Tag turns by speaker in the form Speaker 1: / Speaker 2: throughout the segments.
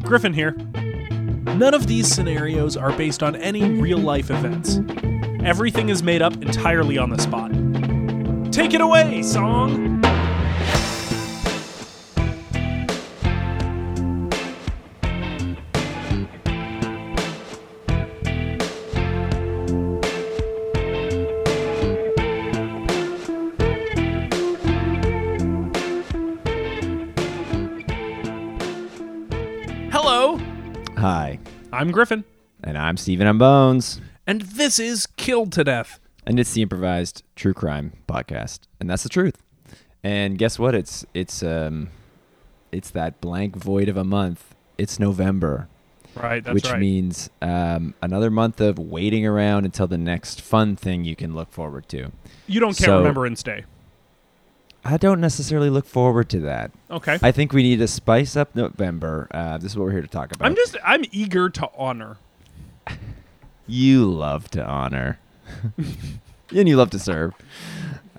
Speaker 1: Griffin here. None of these scenarios are based on any real life events. Everything is made up entirely on the spot. Take it away, song! Hello,
Speaker 2: Hi,
Speaker 1: I'm Griffin,
Speaker 2: and I'm Steven on Bones,
Speaker 1: and this is Killed to Death.
Speaker 2: and it's the improvised true crime podcast, and that's the truth. And guess what? It's it's um, it's that blank void of a month. It's November,
Speaker 1: Right, that's
Speaker 2: which
Speaker 1: right.
Speaker 2: means um, another month of waiting around until the next fun thing you can look forward to.
Speaker 1: you don't care
Speaker 2: so-
Speaker 1: Remembrance Day.
Speaker 2: I don't necessarily look forward to that.
Speaker 1: Okay.
Speaker 2: I think we need to spice up November. Uh, this is what we're here to talk about.
Speaker 1: I'm just, I'm eager to honor.
Speaker 2: you love to honor, and you love to serve.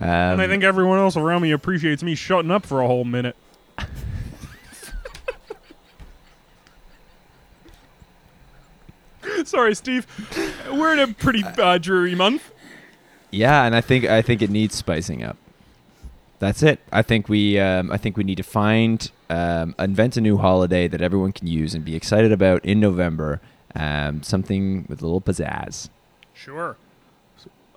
Speaker 2: Um,
Speaker 1: and I think everyone else around me appreciates me shutting up for a whole minute. Sorry, Steve. We're in a pretty uh, dreary month.
Speaker 2: Yeah, and I think I think it needs spicing up. That's it. I think we um, I think we need to find um, invent a new holiday that everyone can use and be excited about in November. Um, something with a little pizzazz.
Speaker 1: Sure.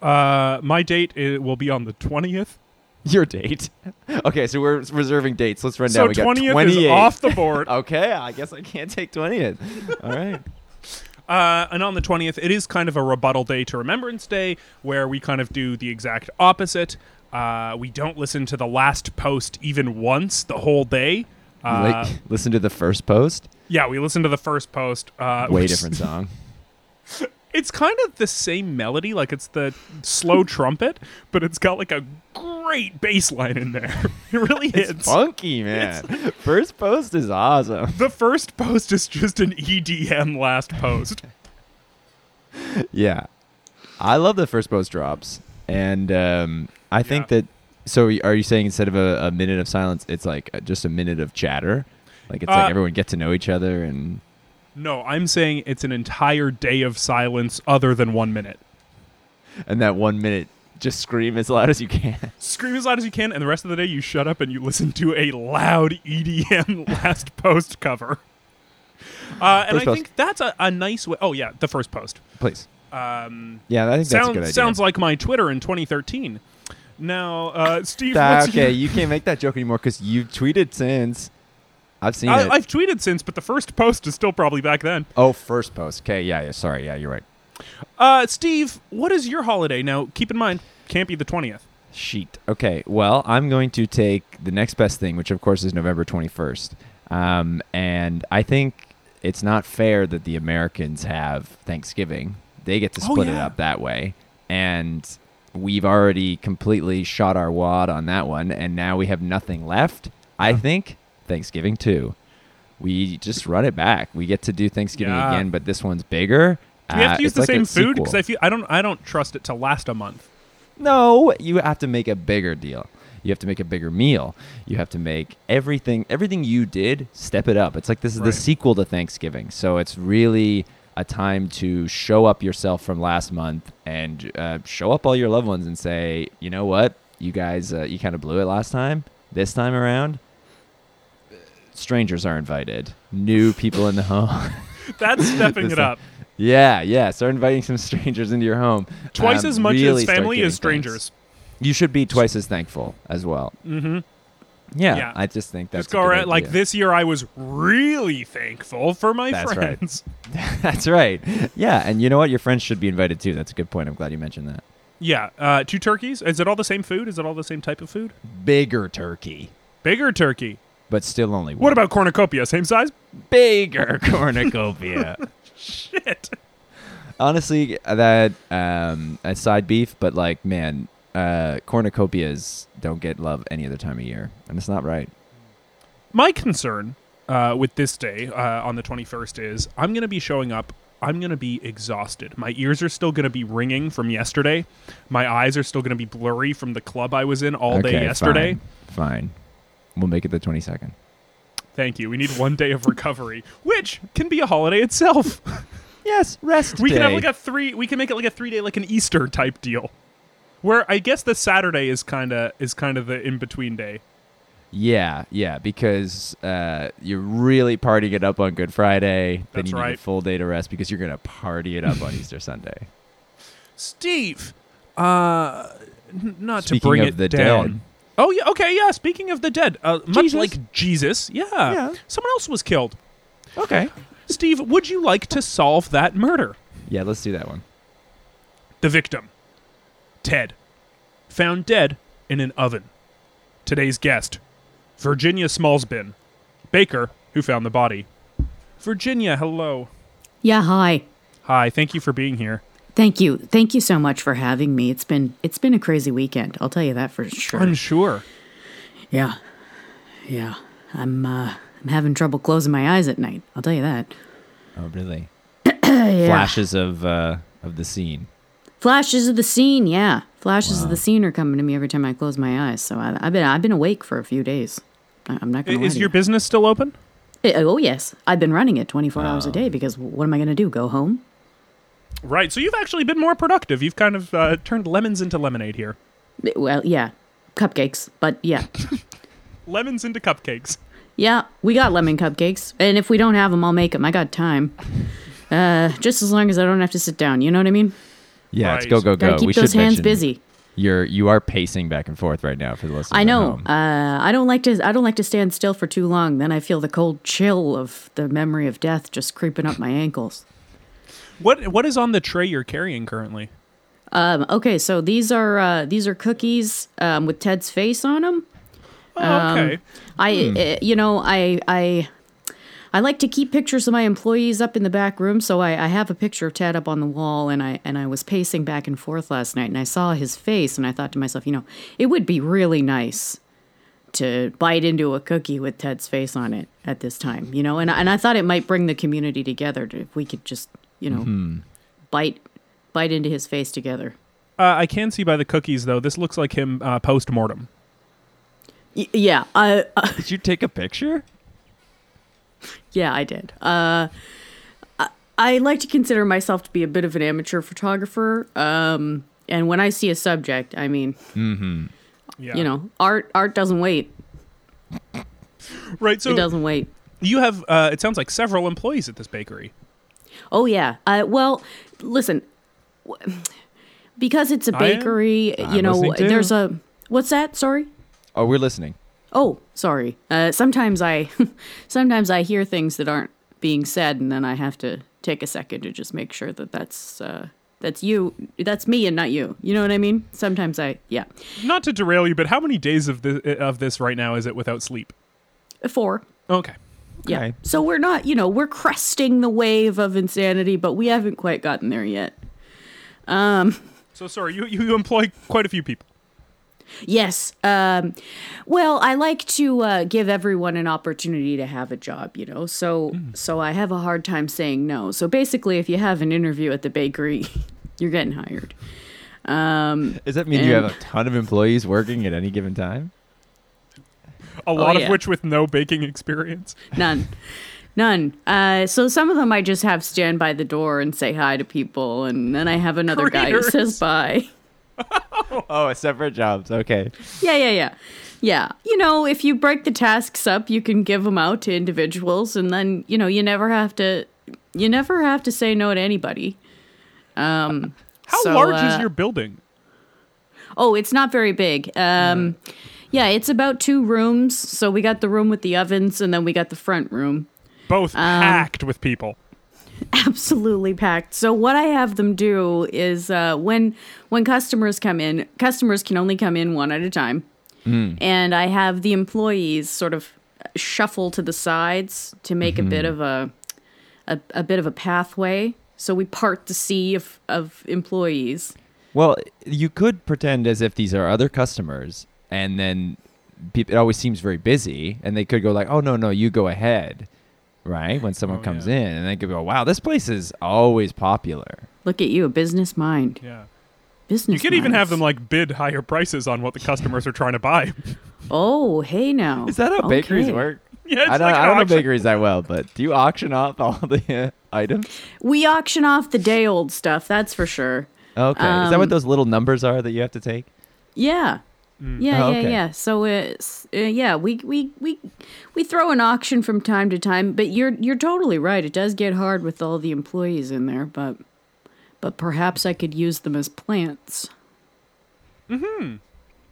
Speaker 1: Uh, my date i will be on the twentieth.
Speaker 2: Your date. okay, so we're reserving dates. Let's run
Speaker 1: So
Speaker 2: down. We got Oh.
Speaker 1: twentieth is
Speaker 2: 28th.
Speaker 1: off the board. uh,
Speaker 2: Okay, I guess I can't take twentieth. All right.
Speaker 1: Uh, and on the twentieth, it is kind of a rebuttal day to Remembrance Day, where we kind of do the exact opposite. Uh, we don't listen to the last post even once the whole day. Uh,
Speaker 2: Like, listen to the first post.
Speaker 1: Yeah, we listened to the first post. Uh,
Speaker 2: Way
Speaker 1: which-
Speaker 2: different song.
Speaker 1: It's kind of the same melody, like it's the slow trumpet, but it's got like a great bass line in there. It really hits.
Speaker 2: It's funky, man. First post is awesome.
Speaker 1: the first post is just an EDM last post.
Speaker 2: Yeah, I love the first post drops, and um, I think that. So y- are you saying instead of a, a minute of silence, it's like uh, just a minute of chatter? Like it's
Speaker 1: Uh,
Speaker 2: like everyone get to know each other and
Speaker 1: No, I'm saying it's an entire day of silence other than one minute.
Speaker 2: and that one minute just scream as loud as you can.
Speaker 1: Scream as loud as you can, and the rest of the day you shut up and you listen to a loud EDM last post cover. Uh, and
Speaker 2: First
Speaker 1: I
Speaker 2: post.
Speaker 1: think that's a, a nice way. Oh, yeah, the first post.
Speaker 2: Please.
Speaker 1: Um,
Speaker 2: Yeah, I think that's a good idea.
Speaker 1: Sounds sounds like my Twitter in 2013. Now, uh, Steve,
Speaker 2: Ah,
Speaker 1: what's
Speaker 2: okay,
Speaker 1: your-
Speaker 2: you can't make that joke anymore because you've tweeted since. I've seen
Speaker 1: I,
Speaker 2: it.
Speaker 1: I've tweeted since, but the first post is still probably back then.
Speaker 2: oh, first post. Okay, yeah, yeah. Sorry, yeah, you're right.
Speaker 1: Uh, Steve, what is your holiday? Now, keep in mind, can't be the 20th.
Speaker 2: sheet. Okay, well, I'm going to take the next best thing, which of course is November 21st. Um, and I think it's not fair that the Americans have Thanksgiving. They get to
Speaker 1: Oh,
Speaker 2: split it
Speaker 1: yeah.
Speaker 2: up that way. And we've already completely shot our wad on that one, and now we have nothing left. I think Thanksgiving too. We just run it back. We get to do Thanksgiving
Speaker 1: Yeah.
Speaker 2: again, but this one's bigger.
Speaker 1: Do we have
Speaker 2: Uh,
Speaker 1: to use
Speaker 2: it's
Speaker 1: the
Speaker 2: like
Speaker 1: same
Speaker 2: a
Speaker 1: food?
Speaker 2: sequel.
Speaker 1: Because I feel I don't I don't trust it to last a month.
Speaker 2: No, you have to make a bigger deal. You have to make a bigger meal. You have to make everything everything you did step it up. It's like this is the
Speaker 1: Right.
Speaker 2: sequel to Thanksgiving. So it's really a time to show up yourself from last month and uh, show up all your loved ones and say, you know what, you guys, uh, you kind of blew it last time. This time around, uh, strangers are invited. New people in the home.
Speaker 1: That's stepping
Speaker 2: This
Speaker 1: it
Speaker 2: thing-
Speaker 1: up.
Speaker 2: yeah, yeah. Start inviting some strangers into your home.
Speaker 1: Twice
Speaker 2: Um,
Speaker 1: as much as
Speaker 2: really start
Speaker 1: family
Speaker 2: giving
Speaker 1: as
Speaker 2: thanks.
Speaker 1: strangers.
Speaker 2: You should be twice as thankful as well.
Speaker 1: Mm-hmm.
Speaker 2: Yeah,
Speaker 1: Yeah.
Speaker 2: I just think that's
Speaker 1: Just go
Speaker 2: a good
Speaker 1: around like
Speaker 2: idea.
Speaker 1: this year. I was really thankful for my
Speaker 2: That's right.
Speaker 1: friends.
Speaker 2: that's right. Yeah, and you know what? Your friends should be invited too. That's a good point. I'm glad you mentioned that.
Speaker 1: Yeah, uh, two turkeys. Is it all the same food? Is it all the same type of food?
Speaker 2: Bigger turkey,
Speaker 1: Bigger turkey.
Speaker 2: but still only one.
Speaker 1: What about cornucopia? Same size?
Speaker 2: bigger cornucopia?
Speaker 1: Shit.
Speaker 2: Honestly, that um, a side beef, but like man, uh, cornucopias don't get love any other time of year, and it's not right.
Speaker 1: My concern uh, with this day uh, on the 21st is I'm going to be showing up. I'm going to be exhausted. My ears are still going to be ringing from yesterday. My eyes are still going to be blurry from the club I was in all
Speaker 2: okay,
Speaker 1: day yesterday.
Speaker 2: Fine, fine. We'll make it the 22nd.
Speaker 1: Thank you. We need one day of recovery, which can be a holiday itself.
Speaker 3: Yes, rest
Speaker 1: We
Speaker 3: day.
Speaker 1: can have like a three. We can make it like a three day, like an Easter type deal, where I guess the Saturday is kind of is kind of the in between day.
Speaker 3: yeah, yeah, because uh, you're really partying it up on Good Friday. then
Speaker 1: That's
Speaker 3: you need a
Speaker 1: right.
Speaker 3: full day to rest because you're gonna party it up on Easter Sunday.
Speaker 1: Steve, uh, n- not
Speaker 3: Speaking
Speaker 1: to bring
Speaker 3: of
Speaker 1: it
Speaker 3: the
Speaker 1: down.
Speaker 3: dead.
Speaker 1: Oh yeah, okay, yeah. Speaking of the dead, uh, much
Speaker 3: Jesus.
Speaker 1: like Jesus, yeah,
Speaker 3: Yeah.
Speaker 1: someone else was killed.
Speaker 3: Okay.
Speaker 1: Steve, would you like to solve that murder?
Speaker 3: Yeah, let's do that one.
Speaker 1: The victim, Ted, found dead in an oven. Today's guest, Virginia Smallsbin, baker who found the body. Virginia, hello.
Speaker 4: Yeah, hi.
Speaker 1: Hi, thank you for being here.
Speaker 4: Thank you. Thank you so much for having me. It's been it's been a crazy weekend. I'll tell you that for sure.
Speaker 1: I'm sure.
Speaker 4: yeah. Yeah. I'm uh I'm having trouble closing my eyes at night. I'll tell you that.
Speaker 3: Oh, really?
Speaker 4: Yeah.
Speaker 3: Flashes of uh, of the scene.
Speaker 4: Flashes of the scene, yeah. Flashes of the scene are coming to me every time I close my eyes. So I, I've been I've been awake for a few days. I, I'm not
Speaker 1: I-
Speaker 4: going to
Speaker 1: Is your business still open?
Speaker 4: Oh yes, I've been running it 24 hours a day because what am I going to do? Go home?
Speaker 1: Right, so you've actually been more productive. You've kind of uh, turned lemons into lemonade here.
Speaker 4: Eh, Well, yeah. Cupcakes, but yeah.
Speaker 1: Lemons into cupcakes.
Speaker 4: Yeah, we got lemon cupcakes, and if we don't have them, I'll make them. I got time. Uh, just as long as I don't have to sit down, you know what I mean?
Speaker 3: Yeah, it's
Speaker 1: Right.
Speaker 3: go go go.
Speaker 4: Gotta
Speaker 3: we
Speaker 4: keep those
Speaker 3: should
Speaker 4: hands
Speaker 3: mention
Speaker 4: busy.
Speaker 3: You're you are pacing back and forth right now for the listeners.
Speaker 4: I
Speaker 3: at
Speaker 4: know.
Speaker 3: home.
Speaker 4: Uh, I don't like to. I don't like to stand still for too long. Then I feel the cold chill of the memory of death just creeping up my ankles.
Speaker 1: What what is on the tray you're carrying currently?
Speaker 4: Um, okay, so these are uh, these are cookies um, with Ted's face on them. Um,
Speaker 1: Oh, okay.
Speaker 4: I, uh, you know, I, I, I like to keep pictures of my employees up in the back room, so I, I have a picture of Ted up on the wall, and I and I was pacing back and forth last night, and I saw his face, and I thought to myself, you know, it would be really nice to bite into a cookie with Ted's face on it at this time, you know, and I- and I thought it might bring the community together to, if we could just, you know, bite bite into his face together.
Speaker 1: Uh, I can see by the cookies though. This looks like him uh, post mortem.
Speaker 4: Y- yeah, I,
Speaker 3: Did you take a picture?
Speaker 4: Yeah, I did. Uh, I, I like to consider myself to be a bit of an amateur photographer. Um, and when I see a subject, I mean,
Speaker 1: Yeah.
Speaker 4: you know, art art doesn't wait.
Speaker 1: Right.
Speaker 4: It
Speaker 1: So
Speaker 4: doesn't wait.
Speaker 1: you have. Uh, it sounds like several employees at this bakery.
Speaker 4: Oh yeah. Uh, well, listen, w- because it's a
Speaker 1: I am-
Speaker 4: bakery,
Speaker 3: I'm
Speaker 4: you know,
Speaker 3: listening too.
Speaker 4: there's a what's that? Sorry.
Speaker 3: Oh, we're listening.
Speaker 4: Oh, sorry. Uh, sometimes I, sometimes I hear things that aren't being said, and then I have to take a second to just make sure that that's uh, that's you, that's me, and not you. You know what I mean? Sometimes I, yeah,
Speaker 1: Not to derail you, but how many days of this of this right now is it without sleep?
Speaker 4: four.
Speaker 1: Okay.
Speaker 4: Yeah.
Speaker 3: Okay.
Speaker 4: So we're not, you know, we're cresting the wave of insanity, but we haven't quite gotten there yet.
Speaker 1: So sorry, you you employ quite a few people.
Speaker 4: Yes. Um, well, I like to uh, give everyone an opportunity to have a job, you know. So, so I have a hard time saying no. So basically, if you have an interview at the bakery, you're getting hired. Um,
Speaker 3: Does that mean you
Speaker 4: And-
Speaker 3: have a ton of employees working at any given time?
Speaker 1: A lot
Speaker 4: Oh, yeah.
Speaker 1: of which with no baking experience.
Speaker 4: none, none. Uh, so some of them I just have stand by the door and say hi to people, and then I have another guy who
Speaker 1: Greeters.
Speaker 4: says bye.
Speaker 3: Oh, separate jobs. Okay.
Speaker 4: Yeah, yeah, yeah. Yeah. You know, if you break the tasks up, you can give them out to individuals and then, you know, you never have to you never have to say no to anybody. Um
Speaker 1: How
Speaker 4: so,
Speaker 1: large
Speaker 4: uh,
Speaker 1: is your building?
Speaker 4: Oh, it's not very big. Um yeah, it's about two rooms. So we got the room with the ovens and then we got the front room.
Speaker 1: Both
Speaker 4: um,
Speaker 1: packed with people.
Speaker 4: absolutely packed. So what I have them do is uh, when when customers come in, customers can only come in one at a time,
Speaker 3: Hmm.
Speaker 4: and I have the employees sort of shuffle to the sides to make a
Speaker 3: Mm-hmm.
Speaker 4: bit of a, a a bit of a pathway. So we part the sea of of employees.
Speaker 3: Well, you could pretend as if these are other customers, and then peop it always seems very busy, and they could go like, "Oh no, no, you go ahead," right? When someone
Speaker 1: Oh,
Speaker 3: comes
Speaker 1: yeah.
Speaker 3: in, and they could go, "Wow, this place is always popular."
Speaker 4: Look at you, a business mind.
Speaker 1: Yeah.
Speaker 4: Business.
Speaker 1: You could even have
Speaker 4: minds.
Speaker 1: them like bid higher prices on what the customers are trying to buy.
Speaker 4: Oh, hey now.
Speaker 3: Is that how bakeries
Speaker 4: Okay.
Speaker 3: work?
Speaker 1: Yeah, it's
Speaker 3: I don't,
Speaker 1: like oh, an
Speaker 3: I don't know
Speaker 1: auction.
Speaker 3: bakeries that well, but do you auction off all the uh, items?
Speaker 4: We auction off the day old stuff, that's for sure.
Speaker 3: Okay, is
Speaker 4: Um,
Speaker 3: that what those little numbers are that you have to take?
Speaker 4: Yeah. Yeah,
Speaker 3: Oh,
Speaker 4: yeah,
Speaker 3: okay.
Speaker 4: yeah. So it's uh, yeah, we we we we throw an auction from time to time, but you're you're totally right. It does get hard with all the employees in there, but but perhaps I could use them as plants. Mhm.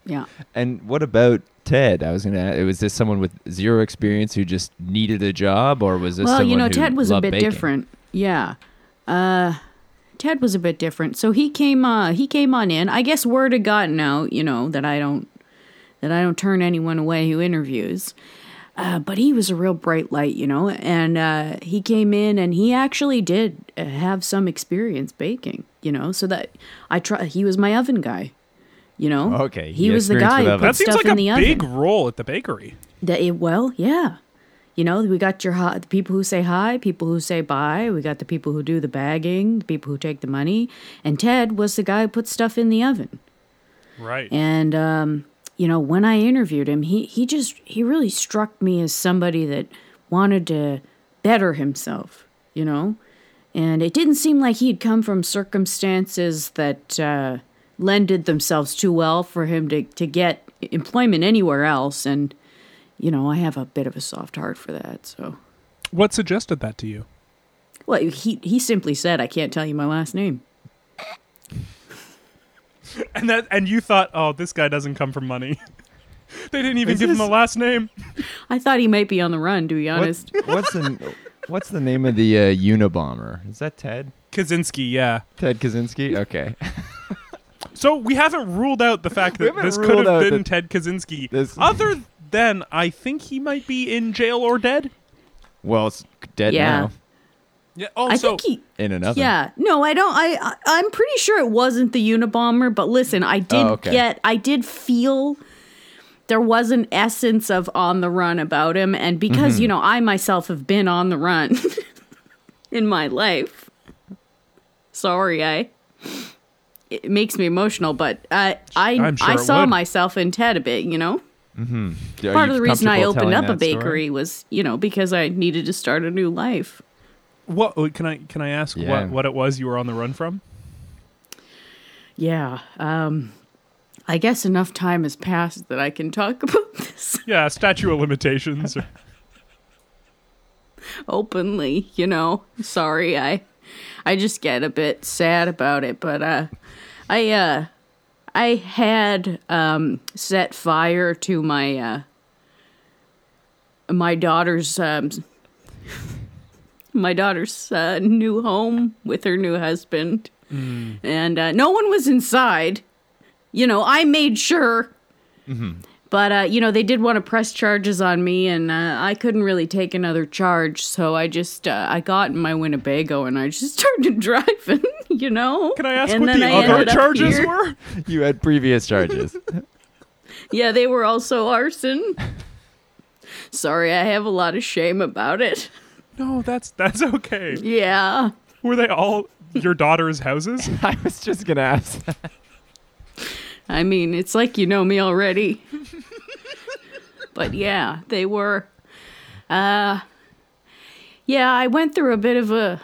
Speaker 4: Yeah.
Speaker 3: And what about Ted? I was gonna. Ask, was this someone with zero experience who just needed a job, or was this?
Speaker 4: Well, you
Speaker 3: someone
Speaker 4: know,
Speaker 3: who
Speaker 4: Ted was a
Speaker 3: loved
Speaker 4: bit
Speaker 3: baking?
Speaker 4: different. Yeah. Uh Ted was a bit different. So he came uh he came on in. I guess word had gotten out, you know, that I don't that I don't turn anyone away who interviews. Uh, but he was a real bright light, you know, and uh, he came in and he actually did uh, have some experience baking, you know, so that I try. He was my oven guy, you know.
Speaker 3: Okay,
Speaker 4: he
Speaker 3: he
Speaker 4: was the
Speaker 3: experienced
Speaker 4: guy
Speaker 3: with
Speaker 4: who
Speaker 3: ovens.
Speaker 4: put
Speaker 1: That seems
Speaker 4: stuff
Speaker 1: like
Speaker 4: in
Speaker 1: a
Speaker 4: the oven.
Speaker 1: big role at the bakery.
Speaker 4: That it, well, yeah. You know, we got your hi- the people who say hi, people who say bye. We got the people who do the bagging, the people who take the money. And Ted was the guy who put stuff in the oven.
Speaker 1: Right.
Speaker 4: And um, you know, when I interviewed him, he he just he really struck me as somebody that wanted to better himself, you know. And it didn't seem like he'd come from circumstances that uh, lended themselves too well for him to to get employment anywhere else. And you know, I have a bit of a soft heart for that. So,
Speaker 1: What suggested that to you?
Speaker 4: well, he he simply said, "I can't tell you my last name."
Speaker 1: And that and you thought, oh, this guy doesn't come from money. they didn't even
Speaker 3: Is
Speaker 1: give him
Speaker 3: this-
Speaker 1: a last name.
Speaker 4: I thought he might be on the run, to be honest.
Speaker 3: What, what's the What's the name of the uh, Unabomber? Is that Ted?
Speaker 1: Kaczynski, yeah.
Speaker 3: Ted Kaczynski. Okay,
Speaker 1: So we haven't ruled out the fact
Speaker 3: We
Speaker 1: that
Speaker 3: haven't
Speaker 1: this
Speaker 3: ruled
Speaker 1: could have
Speaker 3: out
Speaker 1: been
Speaker 3: that
Speaker 1: Ted Kaczynski.
Speaker 3: this-
Speaker 1: Other than I think he might be in jail or dead.
Speaker 3: well, it's dead
Speaker 4: Yeah.
Speaker 3: now
Speaker 1: Yeah. Also,
Speaker 4: I think he
Speaker 3: in another.
Speaker 4: Yeah, no, I don't. I, I I'm pretty sure it wasn't the Unabomber, but listen, I did
Speaker 3: Oh, okay.
Speaker 4: get, I did feel there was an essence of on the run about him, and because
Speaker 3: Mm-hmm.
Speaker 4: you know I myself have been on the run in my life. Sorry, I. It makes me emotional, but uh, I
Speaker 1: I'm sure
Speaker 4: I
Speaker 1: it
Speaker 4: saw
Speaker 1: would.
Speaker 4: myself in Ted a bit, you know
Speaker 3: Are
Speaker 4: part
Speaker 3: you
Speaker 4: of the reason I
Speaker 3: comfortable
Speaker 4: opened
Speaker 3: telling
Speaker 4: up a
Speaker 3: that story?
Speaker 4: bakery was, you know, because I needed to start a new life.
Speaker 1: what oh, can I can I ask
Speaker 3: Yeah.
Speaker 1: what what it was you were on the run from?
Speaker 4: Yeah. Um, I guess enough time has passed that I can talk about this
Speaker 1: Yeah, statue of limitations. or-
Speaker 4: openly, you know. Sorry, I I just get a bit sad about it, but uh I uh I had um set fire to my uh my daughter's um my daughter's uh, new home with her new husband. And uh, no one was inside. You know, I made sure But uh, you know, they did want to press charges on me, and uh, I couldn't really take another charge, so I just uh, I got in my Winnebago and I just started driving. You know?
Speaker 1: Can I ask
Speaker 4: and
Speaker 1: what
Speaker 4: then
Speaker 1: the
Speaker 4: I
Speaker 1: other
Speaker 4: ended up
Speaker 1: charges
Speaker 4: here.
Speaker 1: were?
Speaker 3: You had previous charges.
Speaker 4: Yeah, they were also arson. Sorry, I have a lot of shame about it.
Speaker 1: No, that's that's okay.
Speaker 4: Yeah.
Speaker 1: Were they all your daughter's houses?
Speaker 3: I was just gonna ask. that.
Speaker 4: I mean, it's like you know me already. but yeah, they were. Uh, yeah, I went through a bit of a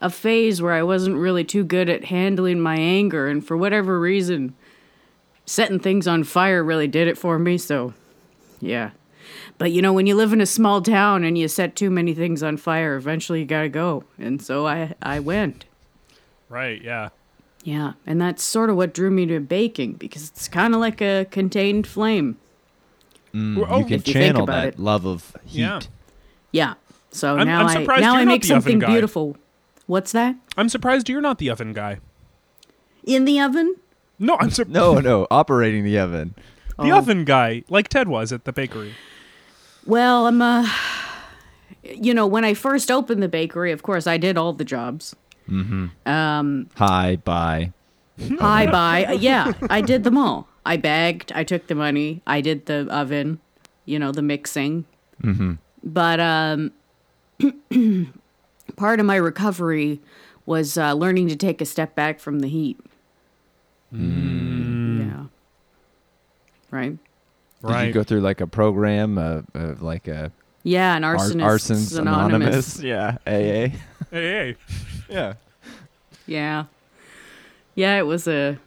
Speaker 4: a phase where I wasn't really too good at handling my anger, and for whatever reason, setting things on fire really did it for me. So, yeah. But you know, when you live in a small town and you set too many things on fire, eventually you gotta go. And so I I went.
Speaker 1: Right, yeah.
Speaker 4: Yeah, and that's sort of what drew me to baking because it's kind of like a contained flame.
Speaker 1: Well, oh,
Speaker 3: you can
Speaker 4: If you think
Speaker 3: channel
Speaker 4: about
Speaker 3: that
Speaker 4: it.
Speaker 3: love of heat.
Speaker 1: Yeah.
Speaker 4: Yeah. So
Speaker 1: I'm-
Speaker 4: now
Speaker 1: I'm
Speaker 4: i
Speaker 1: surprised
Speaker 4: now
Speaker 1: you're
Speaker 4: I
Speaker 1: not
Speaker 4: make
Speaker 1: the oven
Speaker 4: something
Speaker 1: guy.
Speaker 4: beautiful. What's that?
Speaker 1: I'm surprised you're not the oven guy.
Speaker 4: In the oven?
Speaker 1: No, I'm surprised.
Speaker 3: No, no, operating the oven.
Speaker 1: the
Speaker 4: Um,
Speaker 1: oven guy, like Ted was at the bakery.
Speaker 4: Well, I'm uh you know, when I first opened the bakery, of course I did all the jobs.
Speaker 3: Hi, bye.
Speaker 4: I buy. Uh, Yeah, I did them all. I bagged. I took the money. I did the oven. You know, the mixing. Mm-hmm. But um, part of my recovery was uh, learning to take a step back from the heat.
Speaker 3: Mm.
Speaker 4: Yeah. Right.
Speaker 3: Did you go through like a program, uh, uh, like a
Speaker 4: Yeah, an
Speaker 3: Ar-
Speaker 4: arsonist.
Speaker 3: Arsons Anonymous. Yeah. AA.
Speaker 1: Hey, hey.
Speaker 3: Yeah.
Speaker 4: Yeah. Yeah, it was a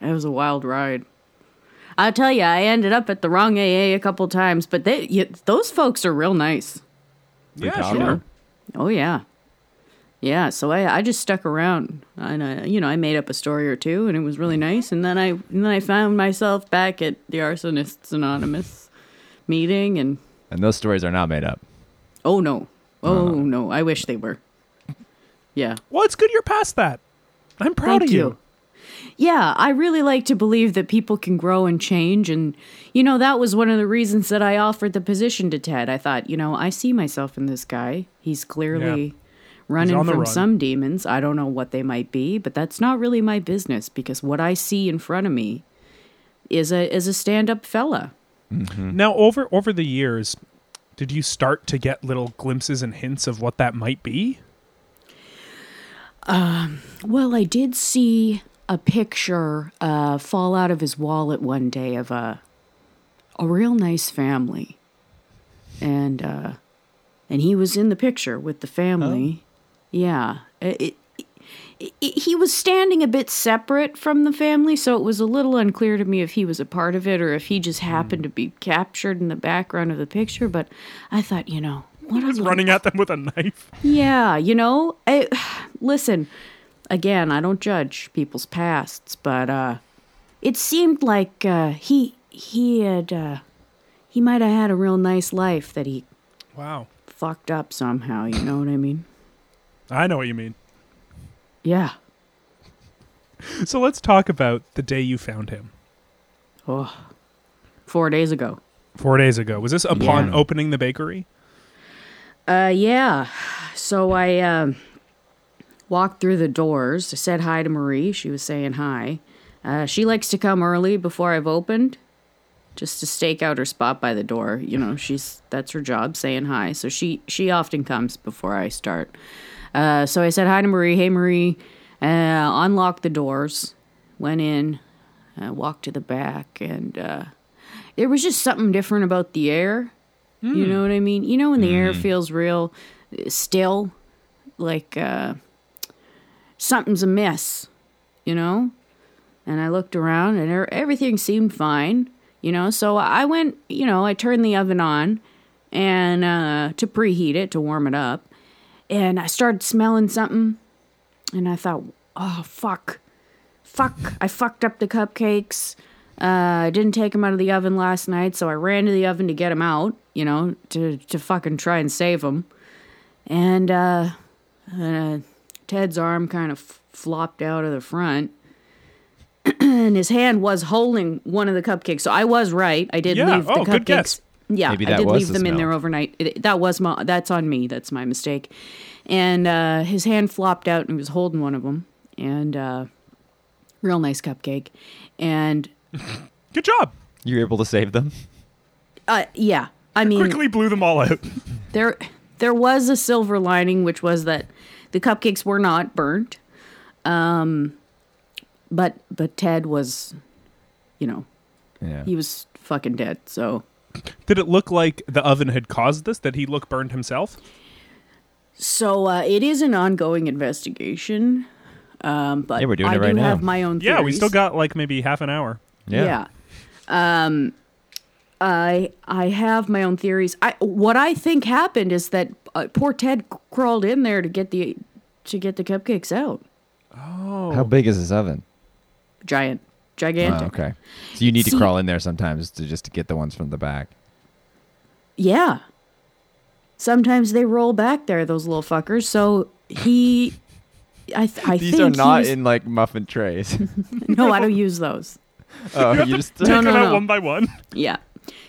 Speaker 4: it was a wild ride. I tell you, I ended up at the wrong AA a couple times, but they y those folks are real nice.
Speaker 1: yeah,
Speaker 3: Pretty
Speaker 1: sure.
Speaker 3: common.
Speaker 4: Oh yeah. Yeah, so I, I just stuck around and I you know, I made up a story or two and it was really nice and then I and then I found myself back at the Arsonists Anonymous meeting and
Speaker 3: And those stories are not made up.
Speaker 4: oh no. Oh no, I wish they were. Yeah.
Speaker 1: Well, it's good you're past that. I'm proud of
Speaker 4: Thank
Speaker 1: you.
Speaker 4: you. Yeah, I really like to believe that people can grow and change. And, you know, that was one of the reasons that I offered the position to Ted. I thought, you know, I see myself in this guy. He's clearly
Speaker 1: He's
Speaker 4: running
Speaker 1: on
Speaker 4: from
Speaker 1: the run.
Speaker 4: some demons. I don't know what they might be, but that's not really my business because what I see in front of me is a is a stand up fella.
Speaker 3: Mm-hmm.
Speaker 1: Now, over over the years, did you start to get little glimpses and hints of what that might be?
Speaker 4: Well, I did see a picture uh, fall out of his wallet one day of a a real nice family, and uh, and he was in the picture with the family. Yeah, it, it, it, he was standing a bit separate from the family, so it was a little unclear to me if he was a part of it or if he just happened to be captured in the background of the picture. But I thought, you know, what a
Speaker 1: Just running at them with a knife.
Speaker 4: yeah, you know, I, listen, again, I don't judge people's pasts, but uh it seemed like uh he he had uh he might have had a real nice life that he
Speaker 1: Wow,
Speaker 4: fucked up somehow, you know what I mean?
Speaker 1: I know what you mean.
Speaker 4: Yeah.
Speaker 1: So let's talk about the day you found him.
Speaker 4: Oh. 4 days ago.
Speaker 1: Four days ago. Was this upon
Speaker 3: Yeah.
Speaker 1: opening the bakery?
Speaker 4: Uh, yeah. So I um, walked through the doors. I said hi to Marie. She was saying hi. Uh, she likes to come early before I've opened, just to stake out her spot by the door. You know, she's that's her job, saying hi. So she she often comes before I start. Uh, so I said hi to Marie. Hey Marie, uh, unlocked the doors, went in, uh, walked to the back, and uh, there was just something different about the air. You know what I mean? You know when the air feels real uh, still, like uh, something's amiss, you know? And I looked around and er- everything seemed fine, you know? So I went, you know, I turned the oven on and uh, to preheat it, to warm it up. And I started smelling something and I thought, oh, fuck. Fuck. I fucked up the cupcakes. Uh, I didn't take them out of the oven last night, so I ran to the oven to get them out, you know, to, to fucking try and save them. And, uh, uh, Ted's arm kind of f- flopped out of the front, and his hand was holding one of the cupcakes. So I was right. I did
Speaker 1: Yeah.
Speaker 4: leave the
Speaker 1: Oh,
Speaker 4: cupcakes.
Speaker 1: good guess.
Speaker 4: Yeah,
Speaker 3: Maybe
Speaker 4: I
Speaker 3: that
Speaker 4: did
Speaker 3: was
Speaker 4: leave
Speaker 3: the
Speaker 4: them in
Speaker 3: smell.
Speaker 4: there overnight. It, that was my. That's on me. That's my mistake. And uh, his hand flopped out, and he was holding one of them. And uh, real nice cupcake. And
Speaker 1: Good job.
Speaker 3: You're able to save them.
Speaker 4: uh, yeah, I mean,
Speaker 1: Quickly blew them all out.
Speaker 4: there there was a silver lining, which was that the cupcakes were not burnt. Um, but but Ted was, you know,
Speaker 3: Yeah.
Speaker 4: he was fucking dead. So
Speaker 1: Did it look like the oven had caused this? That he look burned himself?
Speaker 4: so uh, it is an ongoing investigation. Um, but
Speaker 3: Yeah, we're doing
Speaker 4: I
Speaker 3: it right
Speaker 4: do have
Speaker 3: now.
Speaker 4: my own.
Speaker 1: Yeah, we
Speaker 4: theories.
Speaker 1: still got like maybe half an hour.
Speaker 3: Yeah.
Speaker 4: Um, I I have my own theories. I what I think happened is that uh, poor Ted c- crawled in there to get the to get the cupcakes out.
Speaker 3: How big is this oven?
Speaker 4: Giant, gigantic.
Speaker 3: Oh, okay. So you need to
Speaker 4: See-
Speaker 3: crawl in there sometimes to just to get the ones from the back.
Speaker 4: Yeah. Sometimes they roll back there, those little fuckers. So he, I, th- I
Speaker 3: These
Speaker 4: think
Speaker 3: are
Speaker 4: he
Speaker 3: not
Speaker 4: was-
Speaker 3: in like muffin trays.
Speaker 4: No, I don't use those.
Speaker 3: oh, you just
Speaker 4: No,
Speaker 1: Take
Speaker 4: no,
Speaker 1: them out
Speaker 4: no.
Speaker 1: one by one.
Speaker 4: Yeah.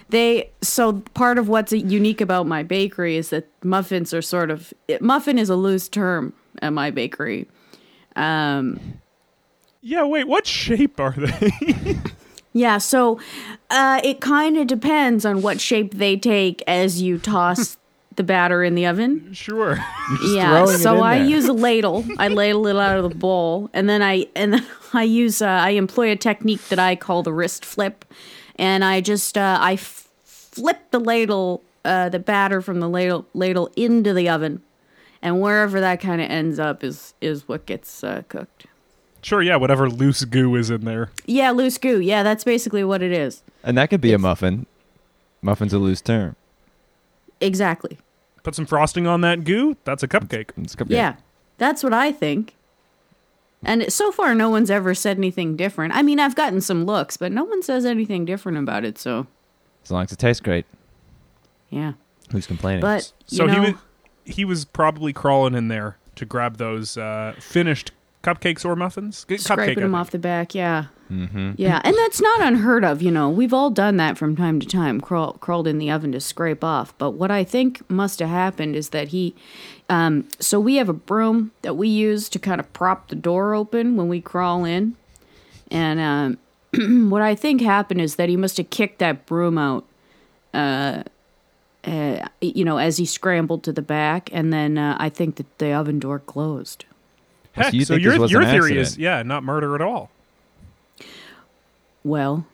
Speaker 4: They so part of what's unique about my bakery is that muffins are sort of it, muffin is a loose term at my bakery. Um
Speaker 1: Yeah. Wait. What shape are they?
Speaker 4: yeah, so uh it kind of depends on what shape they take as you toss the batter in the oven.
Speaker 1: sure.
Speaker 4: yeah
Speaker 3: throwing it
Speaker 4: so
Speaker 3: in
Speaker 4: i
Speaker 3: there.
Speaker 4: use a ladle i ladle it out of the bowl and then i and then i use uh, i employ a technique that i call the wrist flip and i just uh, i f- flip the ladle uh, the batter from the ladle, ladle into the oven, and wherever that kind of ends up is is what gets uh, cooked.
Speaker 1: Sure, yeah, whatever loose goo is in there.
Speaker 4: Yeah, loose goo. Yeah, that's basically what it is.
Speaker 3: And that could be a muffin. Muffin's a loose term.
Speaker 4: Exactly.
Speaker 1: Put some frosting on that goo. That's a cupcake.
Speaker 3: It's a cupcake.
Speaker 4: Yeah, that's what I think. And so far, no one's ever said anything different. I mean, I've gotten some looks, but no one says anything different about it. So,
Speaker 3: As long as it tastes great.
Speaker 4: yeah.
Speaker 3: Who's complaining?
Speaker 4: But you
Speaker 1: So
Speaker 4: know,
Speaker 1: he was he was probably crawling in there to grab those uh, finished cupcakes or muffins. Good
Speaker 4: scraping
Speaker 1: cupcake, I
Speaker 4: them
Speaker 1: think.
Speaker 4: off the back. Yeah. Mm-hmm. Yeah, and that's not unheard of. You know, we've all done that from time to time. Crawl, crawled in the oven to scrape off. But what I think must have happened is that he. Um, so we have a broom that we use to kind of prop the door open when we crawl in, and um, what I think happened is that he must have kicked that broom out. Uh, uh, you know, as he scrambled to the back, and then uh, I think that the oven door closed.
Speaker 1: Heck,
Speaker 3: So you
Speaker 1: so
Speaker 3: think
Speaker 1: your
Speaker 3: this was
Speaker 1: your
Speaker 3: an
Speaker 1: theory
Speaker 3: accident?
Speaker 1: is yeah, not murder at all.
Speaker 4: Well,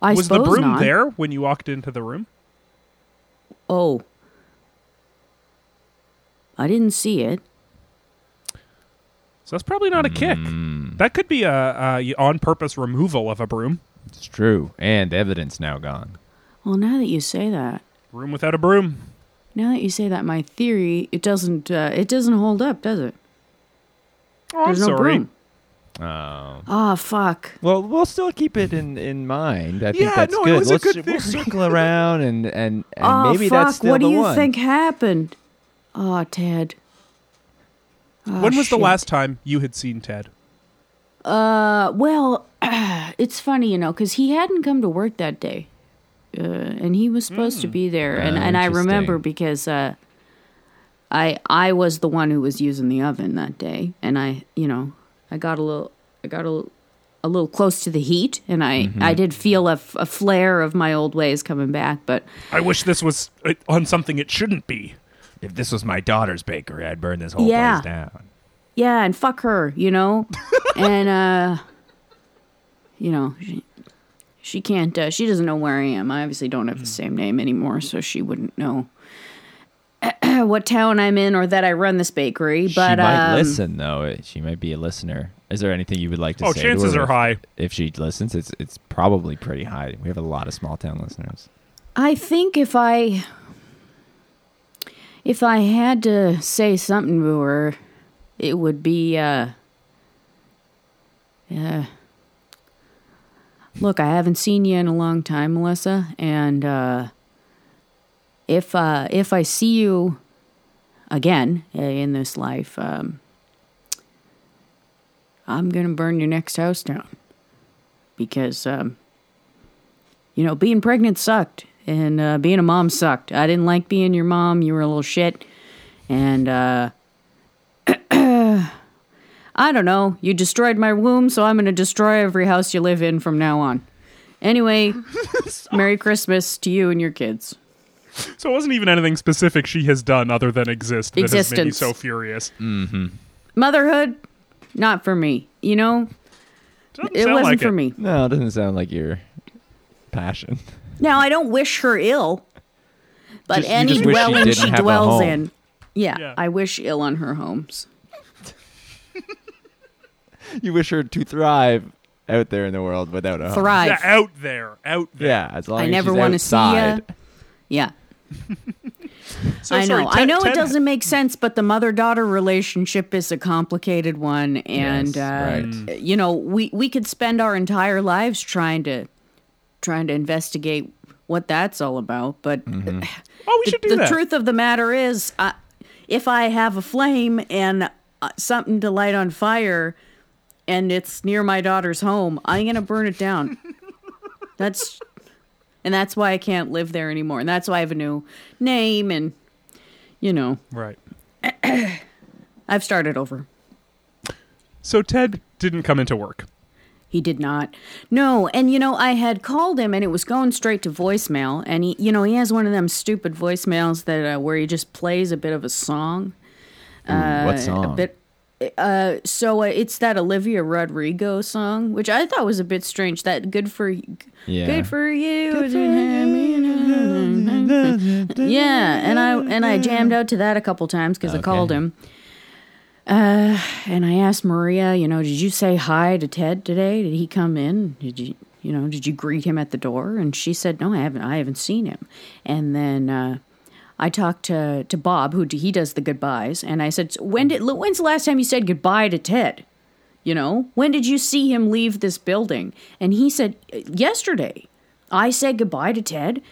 Speaker 4: I
Speaker 1: was the
Speaker 4: suppose
Speaker 1: broom
Speaker 4: not.
Speaker 1: there when you walked into the room?
Speaker 4: Oh. I didn't see it.
Speaker 1: So that's probably not a
Speaker 3: Mm.
Speaker 1: kick. That could be a, a on purpose removal of a broom.
Speaker 3: It's true. And evidence now gone.
Speaker 4: Well, now that you say that,
Speaker 1: Room without a broom.
Speaker 4: now that you say that, my theory it doesn't uh, it doesn't hold up, does it?
Speaker 1: Oh, I'm
Speaker 4: There's no
Speaker 1: sorry.
Speaker 4: broom.
Speaker 3: Oh.
Speaker 4: Ah, fuck.
Speaker 3: Well, we'll still keep it in, in mind. I
Speaker 1: Yeah,
Speaker 3: think that's
Speaker 1: no, it
Speaker 3: good.
Speaker 1: was a
Speaker 3: Let's,
Speaker 1: good
Speaker 3: we'll
Speaker 1: theory.
Speaker 3: circle around and and, and
Speaker 4: Ah,
Speaker 3: maybe
Speaker 4: fuck.
Speaker 3: that's still
Speaker 4: what
Speaker 3: the
Speaker 4: do you
Speaker 3: one.
Speaker 4: think happened? Ah, Ted. Ah,
Speaker 1: when was
Speaker 4: shit.
Speaker 1: the last time you had seen Ted?
Speaker 4: Uh, well, it's funny, you know, because he hadn't come to work that day, uh, and he was supposed to be there, and
Speaker 3: Ah,
Speaker 4: and I remember
Speaker 3: interesting.
Speaker 4: because uh, I I was the one who was using the oven that day, and I you know I got a little I got a, little- a little close to the heat, and I
Speaker 3: Mm-hmm.
Speaker 4: I did feel a, f- a flare of my old ways coming back, but
Speaker 1: I wish this was uh, on something it shouldn't be.
Speaker 3: If this was my daughter's bakery, I'd burn this whole
Speaker 4: Yeah.
Speaker 3: down.
Speaker 4: yeah, and fuck her, you know, and uh, you know, she, she can't, uh, she doesn't know where I am. I obviously don't have the
Speaker 3: Hmm.
Speaker 4: same name anymore, so she wouldn't know what town I'm in or that I run this bakery. But
Speaker 3: she might
Speaker 4: um,
Speaker 3: listen though. She might be a listener. Is there anything you would like to
Speaker 1: Oh,
Speaker 3: say? to
Speaker 1: chances
Speaker 3: her
Speaker 1: are
Speaker 3: if-
Speaker 1: high.
Speaker 3: If she listens, it's it's probably pretty high. We have a lot of small town listeners.
Speaker 4: I think if I if I had to say something to her, it would be uh uh Look, I haven't seen you in a long time, Melissa, and uh if uh if I see you again uh, in this life, um I'm going to burn your next house down because um you know, being pregnant sucked, and uh, being a mom sucked. I didn't like being your mom. You were a little shit, and uh, I don't know. You destroyed my womb, so I'm gonna destroy every house you live in from now on. Anyway, Merry Christmas to you and your kids.
Speaker 1: So it wasn't even anything specific she has done other than exist that has made me
Speaker 4: Existence.
Speaker 1: so furious.
Speaker 3: Mm.
Speaker 4: Motherhood, not for me. You know,
Speaker 1: Doesn't
Speaker 4: it
Speaker 1: sound
Speaker 4: wasn't
Speaker 1: like
Speaker 4: for me.
Speaker 3: No, it doesn't sound like your passion.
Speaker 4: Now I don't wish her ill, but
Speaker 3: Just- you
Speaker 4: any
Speaker 3: just wish she
Speaker 4: dwelling
Speaker 3: didn't
Speaker 4: she
Speaker 3: have a
Speaker 4: dwells
Speaker 3: home.
Speaker 4: in, yeah,
Speaker 1: Yeah.
Speaker 4: I wish ill on her homes.
Speaker 3: You wish her to thrive out there in the world without a home.
Speaker 4: Thrive.
Speaker 1: Oh. Yeah, out there, out there.
Speaker 3: Yeah, as long
Speaker 4: I
Speaker 3: as
Speaker 4: never
Speaker 3: want
Speaker 4: want to see you. Yeah,
Speaker 1: So
Speaker 4: I know.
Speaker 1: sorry,
Speaker 4: I
Speaker 1: Ted-
Speaker 4: know it
Speaker 1: Ted-
Speaker 4: doesn't make sense, but the mother-daughter relationship is a complicated one, and
Speaker 3: Yes,
Speaker 4: uh, you know, we we could spend our entire lives trying to trying to investigate what that's all about. But
Speaker 1: Oh, we
Speaker 4: the,
Speaker 1: should do
Speaker 4: the
Speaker 1: that.
Speaker 4: truth of the matter is, I, if I have a flame and uh, something to light on fire, and it's near my daughter's home, I'm gonna burn it down. that's and that's why I can't live there anymore, and that's why I have a new name, and you know,
Speaker 1: Right.
Speaker 4: I've started over.
Speaker 1: So Ted didn't come into work.
Speaker 4: He did not. No, and you know, I had called him and it was going straight to voicemail. And he, you know, he has one of them stupid voicemails that uh, where he just plays a bit of a song.
Speaker 3: what
Speaker 4: Uh, A
Speaker 3: song?
Speaker 4: bit. Uh, so uh, it's that Olivia Rodrigo song, which I thought was a bit strange. That good for,
Speaker 3: Yeah.
Speaker 4: good for you. yeah, and I and I jammed out to that a couple times because I
Speaker 3: Okay.
Speaker 4: called him. Uh, and I asked Maria, you know, did you say hi to Ted today? Did he come in? Did you, you know, did you greet him at the door? And she said, no, I haven't. I haven't seen him. And then uh, I talked to to Bob, who he does the goodbyes, and I said, when did when's the last time you said goodbye to Ted? You know, when did you see him leave this building? And he said, yesterday. I said goodbye to Ted,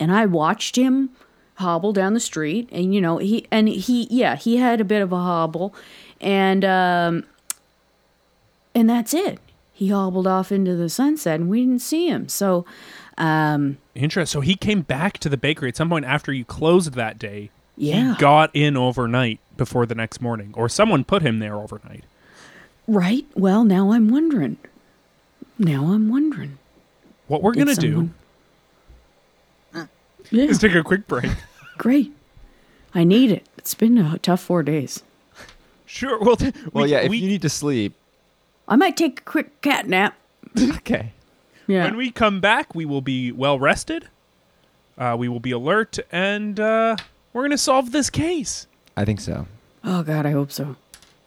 Speaker 4: and I watched him hobble down the street and you know he and he yeah he had a bit of a hobble and um and that's it he hobbled off into the sunset and we didn't see him so
Speaker 1: Interest. So he came back to the bakery at some point after you closed that day.
Speaker 4: Yeah.
Speaker 1: He got in overnight before the next morning, or someone put him there overnight.
Speaker 4: right well now i'm wondering now i'm wondering
Speaker 1: What we're going to do
Speaker 4: someone- yeah
Speaker 1: is take a quick break.
Speaker 4: great i need it it's been a tough four days
Speaker 1: Sure. Well, t-
Speaker 3: Well,
Speaker 1: we-
Speaker 3: yeah, if
Speaker 1: we-
Speaker 3: you need to sleep.
Speaker 4: i might take a quick cat nap
Speaker 3: Okay.
Speaker 4: yeah
Speaker 1: when we come back, we will be well rested. Uh, we will be alert, and uh, we're going to solve this case.
Speaker 3: I think so.
Speaker 4: oh god i hope so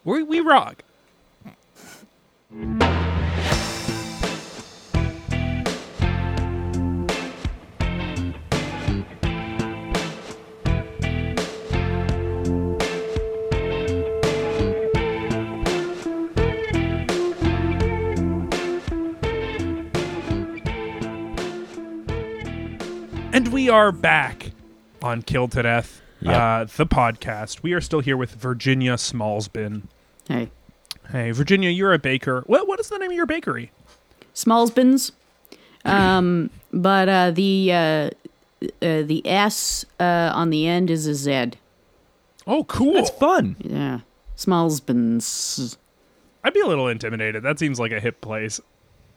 Speaker 1: We we rock. And we are back on Kill to Death, uh, the podcast. We are still here with Virginia Smallsbin.
Speaker 4: hey
Speaker 1: Hey, Virginia, you're a baker. What what is the name of your bakery?
Speaker 4: Smallsbins. Um, but uh, the uh, uh, the S uh, on the end is a Z.
Speaker 1: Oh, cool.
Speaker 3: It's fun.
Speaker 4: Yeah, Smallsbins.
Speaker 1: I'd be a little intimidated. That seems like a hip place.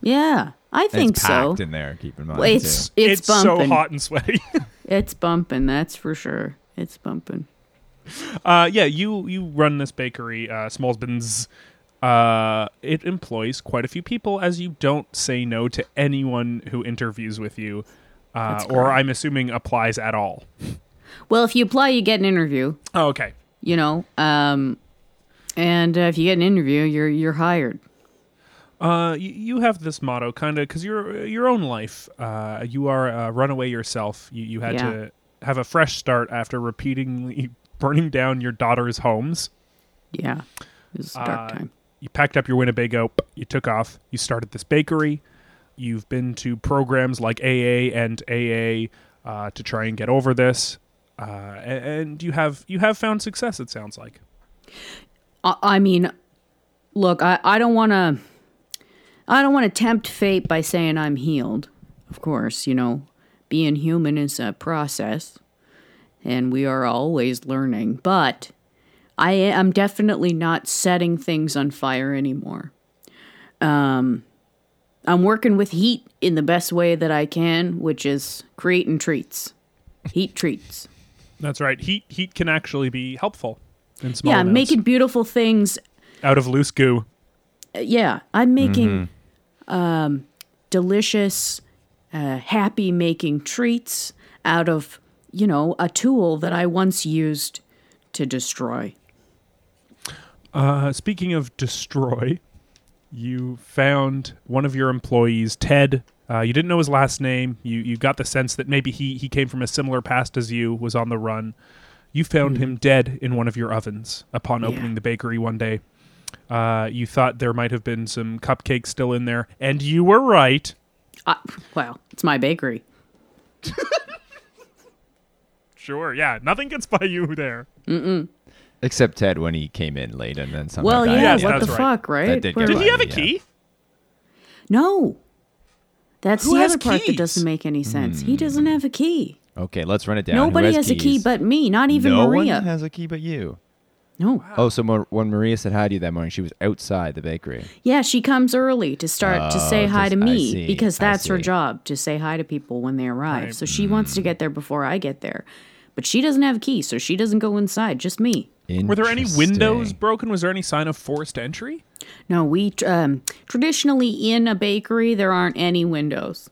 Speaker 4: Yeah, I think
Speaker 3: it's
Speaker 4: so.
Speaker 3: packed in there. Keep in mind.
Speaker 4: Well, it's
Speaker 3: too.
Speaker 4: it's, bumping.
Speaker 1: so hot and sweaty.
Speaker 4: It's bumping. That's for sure. It's bumping.
Speaker 1: uh, yeah, you you run this bakery, uh, Smallsbin's. Uh, it employs quite a few people, as you don't say no to anyone who interviews with you, uh, or I'm assuming applies at all.
Speaker 4: Well, if you apply, you get an interview.
Speaker 1: Oh, okay.
Speaker 4: You know, um, and uh, if you get an interview, you're you're hired.
Speaker 1: Uh, you, you have this motto, kind of, because your your own life. Uh, you are a runaway yourself. You you had
Speaker 4: Yeah.
Speaker 1: to have a fresh start after repeatedly burning down your daughter's homes.
Speaker 4: Yeah, it was a dark
Speaker 1: Uh,
Speaker 4: time.
Speaker 1: You packed up your Winnebago. You took off. You started this bakery. You've been to programs like AA and AA uh, to try and get over this. Uh, a- and you have you have found success. It sounds like.
Speaker 4: I, I mean, look, I, I don't want to, I don't want to tempt fate by saying I'm healed. Of course, you know, being human is a process, and we are always learning. But I am definitely not setting things on fire anymore. Um, I'm working with heat in the best way that I can, which is creating treats, heat treats.
Speaker 1: That's right. Heat heat can actually be helpful. In small
Speaker 4: Yeah, I'm
Speaker 1: amounts.
Speaker 4: making beautiful things
Speaker 1: out of loose goo.
Speaker 4: yeah, I'm making um, delicious, uh, happy making treats out of, you know, a tool that I once used to destroy.
Speaker 1: Uh, speaking of destroy, you found one of your employees, Ted. Uh, you didn't know his last name. You you got the sense that maybe he he came from a similar past as you, was on the run. You found
Speaker 3: Hmm.
Speaker 1: him dead in one of your ovens upon opening the bakery one day. Uh, you thought there might have been some cupcakes still in there, and you were right.
Speaker 4: I, Uh, well, it's my bakery.
Speaker 1: Sure, yeah, nothing gets by you there.
Speaker 3: Except Ted when he came in late and then somehow.
Speaker 4: Well,
Speaker 3: died.
Speaker 4: yeah,
Speaker 1: Yes,
Speaker 4: what the
Speaker 1: that's right.
Speaker 4: fuck, right?
Speaker 3: did
Speaker 4: Where
Speaker 3: get
Speaker 1: Did
Speaker 4: was-
Speaker 1: he have a
Speaker 3: Yeah.
Speaker 1: key?
Speaker 4: No. That's
Speaker 1: Who
Speaker 4: the
Speaker 1: has
Speaker 4: other part that
Speaker 1: keys?
Speaker 4: doesn't make any sense. He doesn't have a key.
Speaker 3: Okay, let's run it down. Who
Speaker 4: Nobody has, a key
Speaker 3: keys?
Speaker 4: but me, not even
Speaker 3: no
Speaker 4: Maria.
Speaker 3: one has a key but you.
Speaker 4: no.
Speaker 3: Oh, so Mar- when Maria said hi to you that morning, she was outside the bakery.
Speaker 4: Yeah, she comes early to start to say
Speaker 3: Oh,
Speaker 4: hi to
Speaker 3: just- I
Speaker 4: me
Speaker 3: see,
Speaker 4: because
Speaker 3: I
Speaker 4: that's her
Speaker 3: see.
Speaker 4: job to say hi to people when they arrive.
Speaker 1: Right.
Speaker 4: So she wants to get there before I get there. But she doesn't have a key, so she doesn't go inside, just me.
Speaker 1: Were there any windows
Speaker 3: Interesting.
Speaker 1: broken? Was there any sign of forced entry?
Speaker 4: No, we um, traditionally in a bakery, there aren't any windows.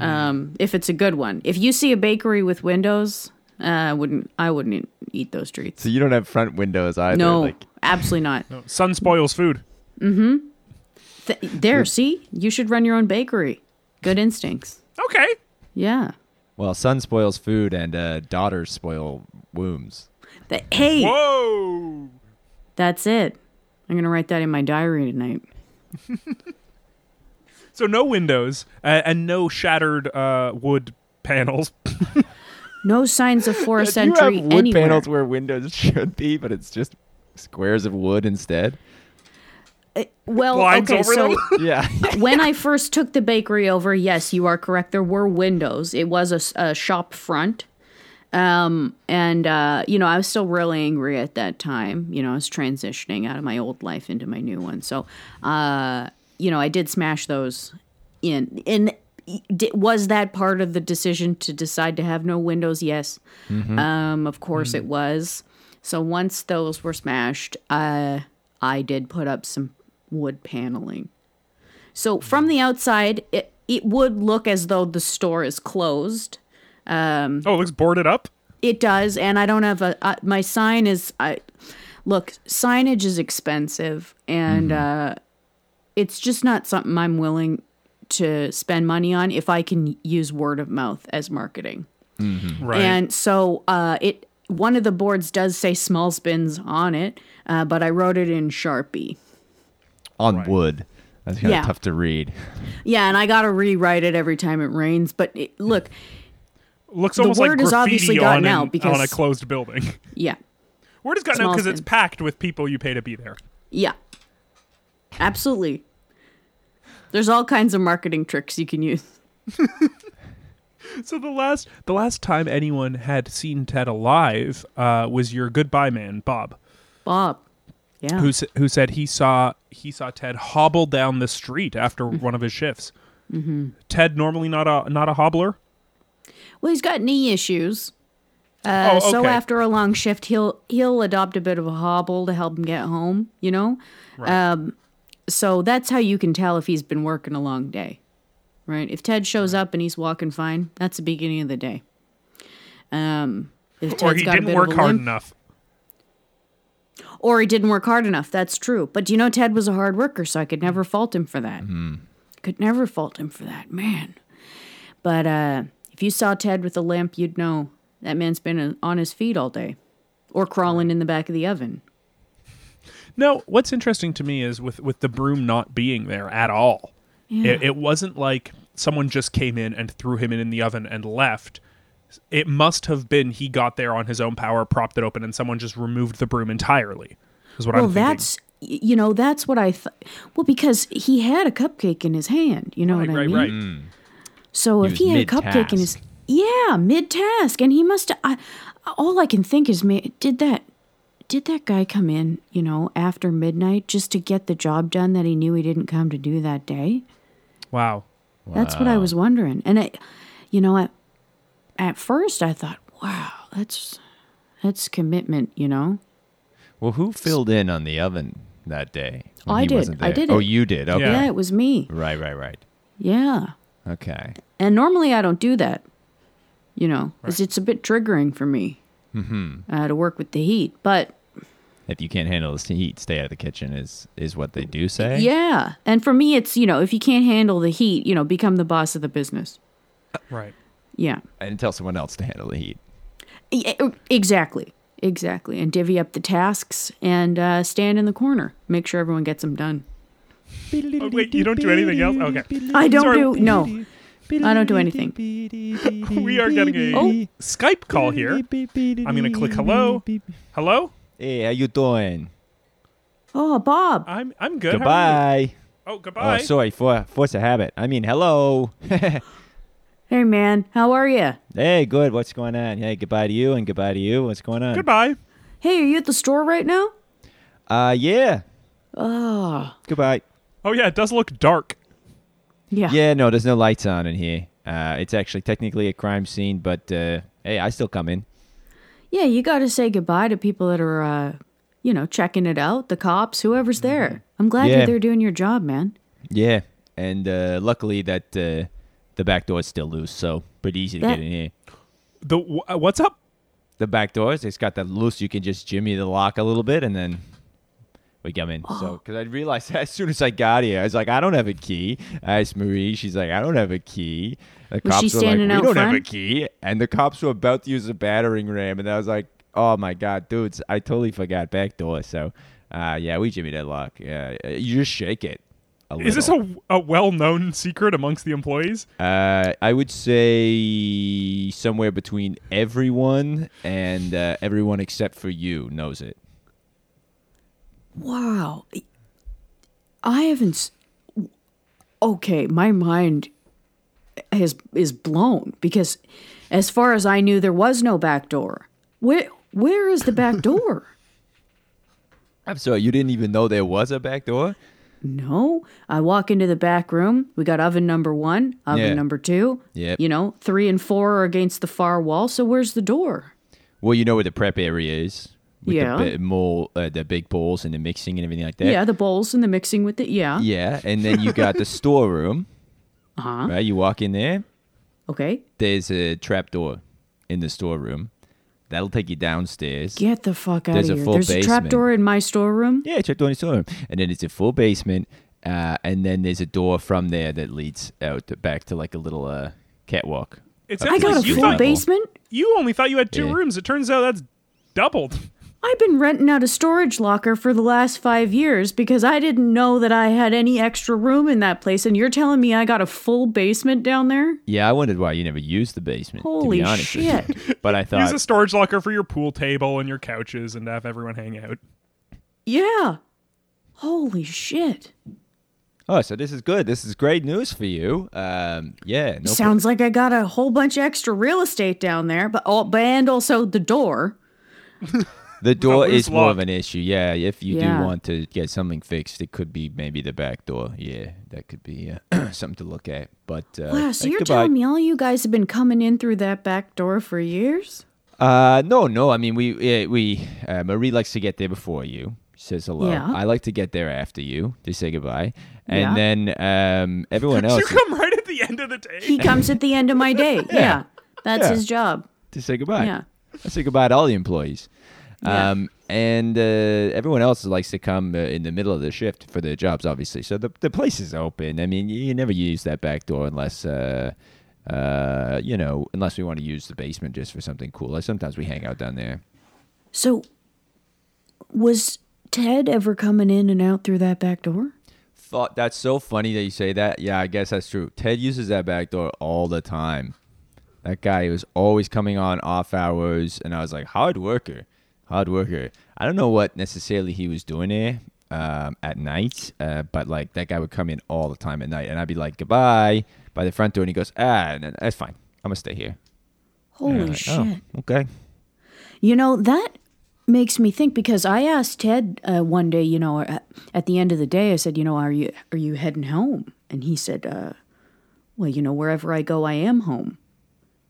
Speaker 4: um, if it's a good one. If you see a bakery with windows, uh, I wouldn't I wouldn't eat those treats.
Speaker 3: So you don't have front windows either.
Speaker 4: no,
Speaker 3: Like,
Speaker 4: absolutely not.
Speaker 1: Sun spoils food.
Speaker 4: Th- there, see, you should run your own bakery. Good instincts.
Speaker 1: Okay.
Speaker 4: Yeah.
Speaker 3: well, son spoils food and uh, daughters spoil wombs.
Speaker 4: Th- hey,
Speaker 1: Whoa.
Speaker 4: that's it. I'm gonna write that in my diary tonight.
Speaker 1: So no windows uh, and no shattered uh, wood panels.
Speaker 4: No signs of forest
Speaker 3: you have
Speaker 4: entry
Speaker 3: wood
Speaker 4: anywhere.
Speaker 3: panels where windows should be, but it's just squares of wood instead.
Speaker 4: well,
Speaker 1: Blinds
Speaker 4: okay,
Speaker 1: over
Speaker 4: so
Speaker 1: them.
Speaker 3: Yeah.
Speaker 4: when I first took the bakery over, yes, you are correct. There were windows. It was a s- a, shop front. Um, and, uh, you know, I was still really angry at that time. You know, I was transitioning out of my old life into my new one. So, uh, you know, I did smash those in. And di- was that part of the decision to decide to have no windows? Yes. Um, of course it was. So once those were smashed, uh, I did put up some wood paneling. So from the outside, it, it would look as though the store is closed.
Speaker 1: Oh, it looks boarded up.
Speaker 4: It does, and I don't have a I, my sign is I look signage is expensive, and uh, it's just not something I'm willing to spend money on if I can use word of mouth as marketing.
Speaker 1: Right.
Speaker 4: And so uh, it one of the boards does say small spins on it, uh, but I wrote it in Sharpie.
Speaker 3: On wood. That's kind of
Speaker 4: Yeah.
Speaker 3: tough to read.
Speaker 4: Yeah, and I gotta rewrite it every time it rains. But it, look,
Speaker 1: looks almost like
Speaker 4: word has
Speaker 1: graffiti
Speaker 4: obviously
Speaker 1: on,
Speaker 4: gotten
Speaker 1: an-
Speaker 4: out because-
Speaker 1: on a closed building.
Speaker 4: yeah.
Speaker 1: Word has gotten out
Speaker 4: Small
Speaker 1: because it's
Speaker 4: spin.
Speaker 1: packed with people you pay to be there.
Speaker 4: Yeah. Absolutely. There's all kinds of marketing tricks you can use.
Speaker 1: So the last the last time anyone had seen Ted alive uh, was your goodbye man Bob,
Speaker 4: Bob. Yeah.
Speaker 1: who s- who said he saw he saw Ted hobble down the street after
Speaker 4: Mm-hmm.
Speaker 1: one of his shifts. Ted normally not a not a hobbler.
Speaker 4: well, he's got knee issues. Uh,
Speaker 1: Oh,
Speaker 4: So
Speaker 1: okay.
Speaker 4: after a long shift, he'll he'll adopt a bit of a hobble to help him get home. You know, um, so that's how you can tell if he's been working a long day, right? If Ted shows up and he's walking fine, that's the beginning of the day. Um, if Ted's
Speaker 1: or he
Speaker 4: got a
Speaker 1: didn't
Speaker 4: bit
Speaker 1: work
Speaker 4: of a
Speaker 1: hard
Speaker 4: limp,
Speaker 1: enough.
Speaker 4: or he didn't work hard enough. That's true. But you know, Ted was a hard worker, so I could never fault him for that.
Speaker 1: Mm-hmm.
Speaker 4: Could never fault him for that, man. But uh, if you saw Ted with a limp, you'd know that man's been uh, on his feet all day, or crawling in the back of the oven.
Speaker 1: No, what's interesting to me is with with the broom not being there at all. It, it wasn't like someone just came in and threw him in, in the oven and left. It must have been he got there on his own power, propped it open, and someone just removed the broom entirely. Is what
Speaker 4: well,
Speaker 1: I'm thinking.
Speaker 4: that's y- you know that's what I thought. Well, because he had a cupcake in his hand. You know
Speaker 1: right,
Speaker 4: what I
Speaker 1: right,
Speaker 4: mean?
Speaker 1: right.
Speaker 4: So if
Speaker 3: was
Speaker 4: he had a cupcake in his
Speaker 3: mid-task.
Speaker 4: yeah mid task, and he must I, all I can think is ma- did that did that guy come in you know after midnight just to get the job done that he knew he didn't come to do that day?
Speaker 1: Wow.
Speaker 4: That's what I was wondering, and I, you know at at first I thought wow that's that's commitment you know
Speaker 3: Well, who filled in on the oven that day? when
Speaker 4: I
Speaker 3: he
Speaker 4: did.
Speaker 3: wasn't
Speaker 4: I
Speaker 3: there?
Speaker 4: did
Speaker 3: Oh,
Speaker 4: it.
Speaker 3: you did. Okay.
Speaker 1: Yeah.
Speaker 4: yeah it was me
Speaker 3: Right, right, right.
Speaker 4: yeah
Speaker 3: Okay.
Speaker 4: And normally I don't do that, you know, 'cause it's a bit triggering for me uh, to work with the heat. But
Speaker 3: If you can't handle the heat, stay out of the kitchen is is what they do say.
Speaker 4: yeah. And for me, it's, you know, if you can't handle the heat, you know, become the boss of the business.
Speaker 1: Right.
Speaker 4: Yeah.
Speaker 3: And tell someone else to handle the heat.
Speaker 4: E- e- Exactly. Exactly. And divvy up the tasks and uh, stand in the corner. Make sure everyone gets them done.
Speaker 1: Oh, wait, you don't do anything else? Okay.
Speaker 4: I don't
Speaker 1: Sorry.
Speaker 4: do, no. I don't do anything.
Speaker 1: We are getting a
Speaker 4: Oh.
Speaker 1: Skype call here. I'm going to click hello. Hello?
Speaker 3: Hey, how you doing?
Speaker 4: Oh, Bob.
Speaker 1: I'm I'm good. How are you?
Speaker 3: Goodbye.
Speaker 1: Oh, goodbye.
Speaker 3: Oh, sorry for force a habit. I mean, hello.
Speaker 4: Hey, man. How are you?
Speaker 3: hey, good. What's going on? Hey, goodbye to you and goodbye to you. What's going on?
Speaker 1: Goodbye.
Speaker 4: Hey, are you at the store right now?
Speaker 3: Uh, yeah.
Speaker 4: Oh,
Speaker 3: Goodbye.
Speaker 1: Oh, yeah, it does look dark.
Speaker 4: yeah.
Speaker 3: Yeah, no, there's no lights on in here. Uh, it's actually technically a crime scene, but uh, hey, I still come in.
Speaker 4: Yeah, you got to say goodbye to people that are, uh, you know, checking it out, the cops, whoever's there. I'm glad
Speaker 3: Yeah.
Speaker 4: you're there doing your job, man.
Speaker 3: Yeah, and uh, luckily that uh,
Speaker 2: The back door's still loose, so pretty easy to
Speaker 4: That-
Speaker 2: get in here.
Speaker 1: The wh- uh, what's up?
Speaker 2: The back doors, it's got that loose. You can just jimmy the lock a little bit, and then we come in.
Speaker 4: Oh.
Speaker 2: So, because I realized as soon as I got here, I was like, I don't have a key. I asked Marie, she's like, I don't have a key. The
Speaker 4: Was she
Speaker 2: cops were like, we
Speaker 4: standing out
Speaker 2: don't have a
Speaker 4: front?
Speaker 2: key, and the cops were about to use a battering ram, and I was like, oh my god, dudes, I totally forgot back door. So, uh, yeah, we jimmy that lock. Yeah, you just shake it. A
Speaker 1: Is this
Speaker 2: little.
Speaker 1: a, a well known secret amongst the employees?
Speaker 2: Uh, I would say somewhere between everyone and uh, everyone except for you knows it.
Speaker 4: Wow. I haven't. s- Okay, my mind has is blown because, as far as I knew, there was no back door. Where where is the back door?
Speaker 2: I'm sorry, you didn't even know there was a back door?
Speaker 4: No, I walk into the back room. We got oven number one, oven
Speaker 2: Yeah.
Speaker 4: number two.
Speaker 2: Yep.
Speaker 4: You know, three and four are against the far wall. So where's the door?
Speaker 2: Well, you know where the prep area is. With
Speaker 4: Yeah.
Speaker 2: The, bi- more, uh, the big bowls and the mixing and everything like that.
Speaker 4: yeah, the bowls and the mixing with the yeah.
Speaker 2: Yeah, and then you got the storeroom.
Speaker 4: Uh-huh.
Speaker 2: Right? You walk in there,
Speaker 4: Okay,
Speaker 2: there's a trap door in the storeroom. That'll take you downstairs.
Speaker 4: get the fuck out
Speaker 2: There's a
Speaker 4: of here.
Speaker 2: full
Speaker 4: There's a trap
Speaker 2: basement.
Speaker 4: door in my storeroom.
Speaker 2: Yeah, check the storeroom. And then it's a full basement. Uh, and then there's a door from there that leads out to, back to like a little uh, catwalk.
Speaker 1: It's
Speaker 2: Up
Speaker 4: I
Speaker 2: to
Speaker 1: Actually,
Speaker 4: got a
Speaker 2: the
Speaker 1: you
Speaker 4: full
Speaker 1: thought-
Speaker 4: basement.
Speaker 1: You only thought you had two
Speaker 2: Yeah.
Speaker 1: rooms. It turns out that's doubled.
Speaker 4: I've been renting out a storage locker for the last five years because I didn't know that I had any extra room in that place, and you're telling me I got a full basement down there?
Speaker 2: Yeah, I wondered why you never used the basement.
Speaker 4: Holy
Speaker 2: to be honest with
Speaker 4: shit.
Speaker 2: you. But I
Speaker 1: Use
Speaker 2: thought
Speaker 1: a storage locker for your pool table and your couches and have everyone hang out.
Speaker 4: Yeah. Holy shit.
Speaker 2: Oh, so this is good. This is great news for you. Um, yeah, no
Speaker 4: Sounds like I got a whole bunch of extra real estate down there, but oh, but and also the door.
Speaker 2: pro- the door
Speaker 1: loose
Speaker 2: is more of
Speaker 1: lock.
Speaker 2: an issue. Yeah, if you
Speaker 4: Yeah.
Speaker 2: do want to get something fixed, it could be maybe the back door. Yeah, that could be uh, something to look at. But uh,
Speaker 4: Wow, so
Speaker 2: uh,
Speaker 4: you're
Speaker 2: goodbye.
Speaker 4: telling me all you guys have been coming in through that back door for years?
Speaker 2: Uh, no, no. I mean, we uh, we uh, Marie likes to get there before you. Says hello.
Speaker 4: Yeah.
Speaker 2: I like to get there after you to say goodbye,
Speaker 4: Yeah.
Speaker 2: and then um, everyone
Speaker 1: You
Speaker 2: else
Speaker 1: come right at the end of the day.
Speaker 4: He comes at the end of my day. Yeah. That's
Speaker 2: Yeah.
Speaker 4: his job.
Speaker 2: to say goodbye.
Speaker 4: Yeah.
Speaker 2: I say goodbye to all the employees.
Speaker 4: Yeah.
Speaker 2: Um, and uh, everyone else likes to come uh, in the middle of the shift for their jobs, obviously. So the, the place is open. I mean, you, you never use that back door unless, uh, uh, you know, unless we want to use the basement just for something cool. Like sometimes we hang out down there.
Speaker 4: So was Ted ever coming in and out through that back door?
Speaker 2: Thought that's so funny that you say that. Yeah, I guess that's true. Ted uses that back door all the time. That guy was always coming on off hours, and I was like, hard worker, hard worker. I don't know what necessarily he was doing there um, at night, uh, but like that guy would come in all the time at night, and I'd be like, goodbye by the front door, and he goes, ah, and then, that's fine. I'm gonna stay here. And I'm
Speaker 4: Holy
Speaker 2: like,
Speaker 4: shit.
Speaker 2: Oh, okay.
Speaker 4: You know, that makes me think because I asked Ted uh, one day, you know, at, at the end of the day, I said, you know, are you are you heading home? And he said, uh, well, you know, wherever I go, I am home.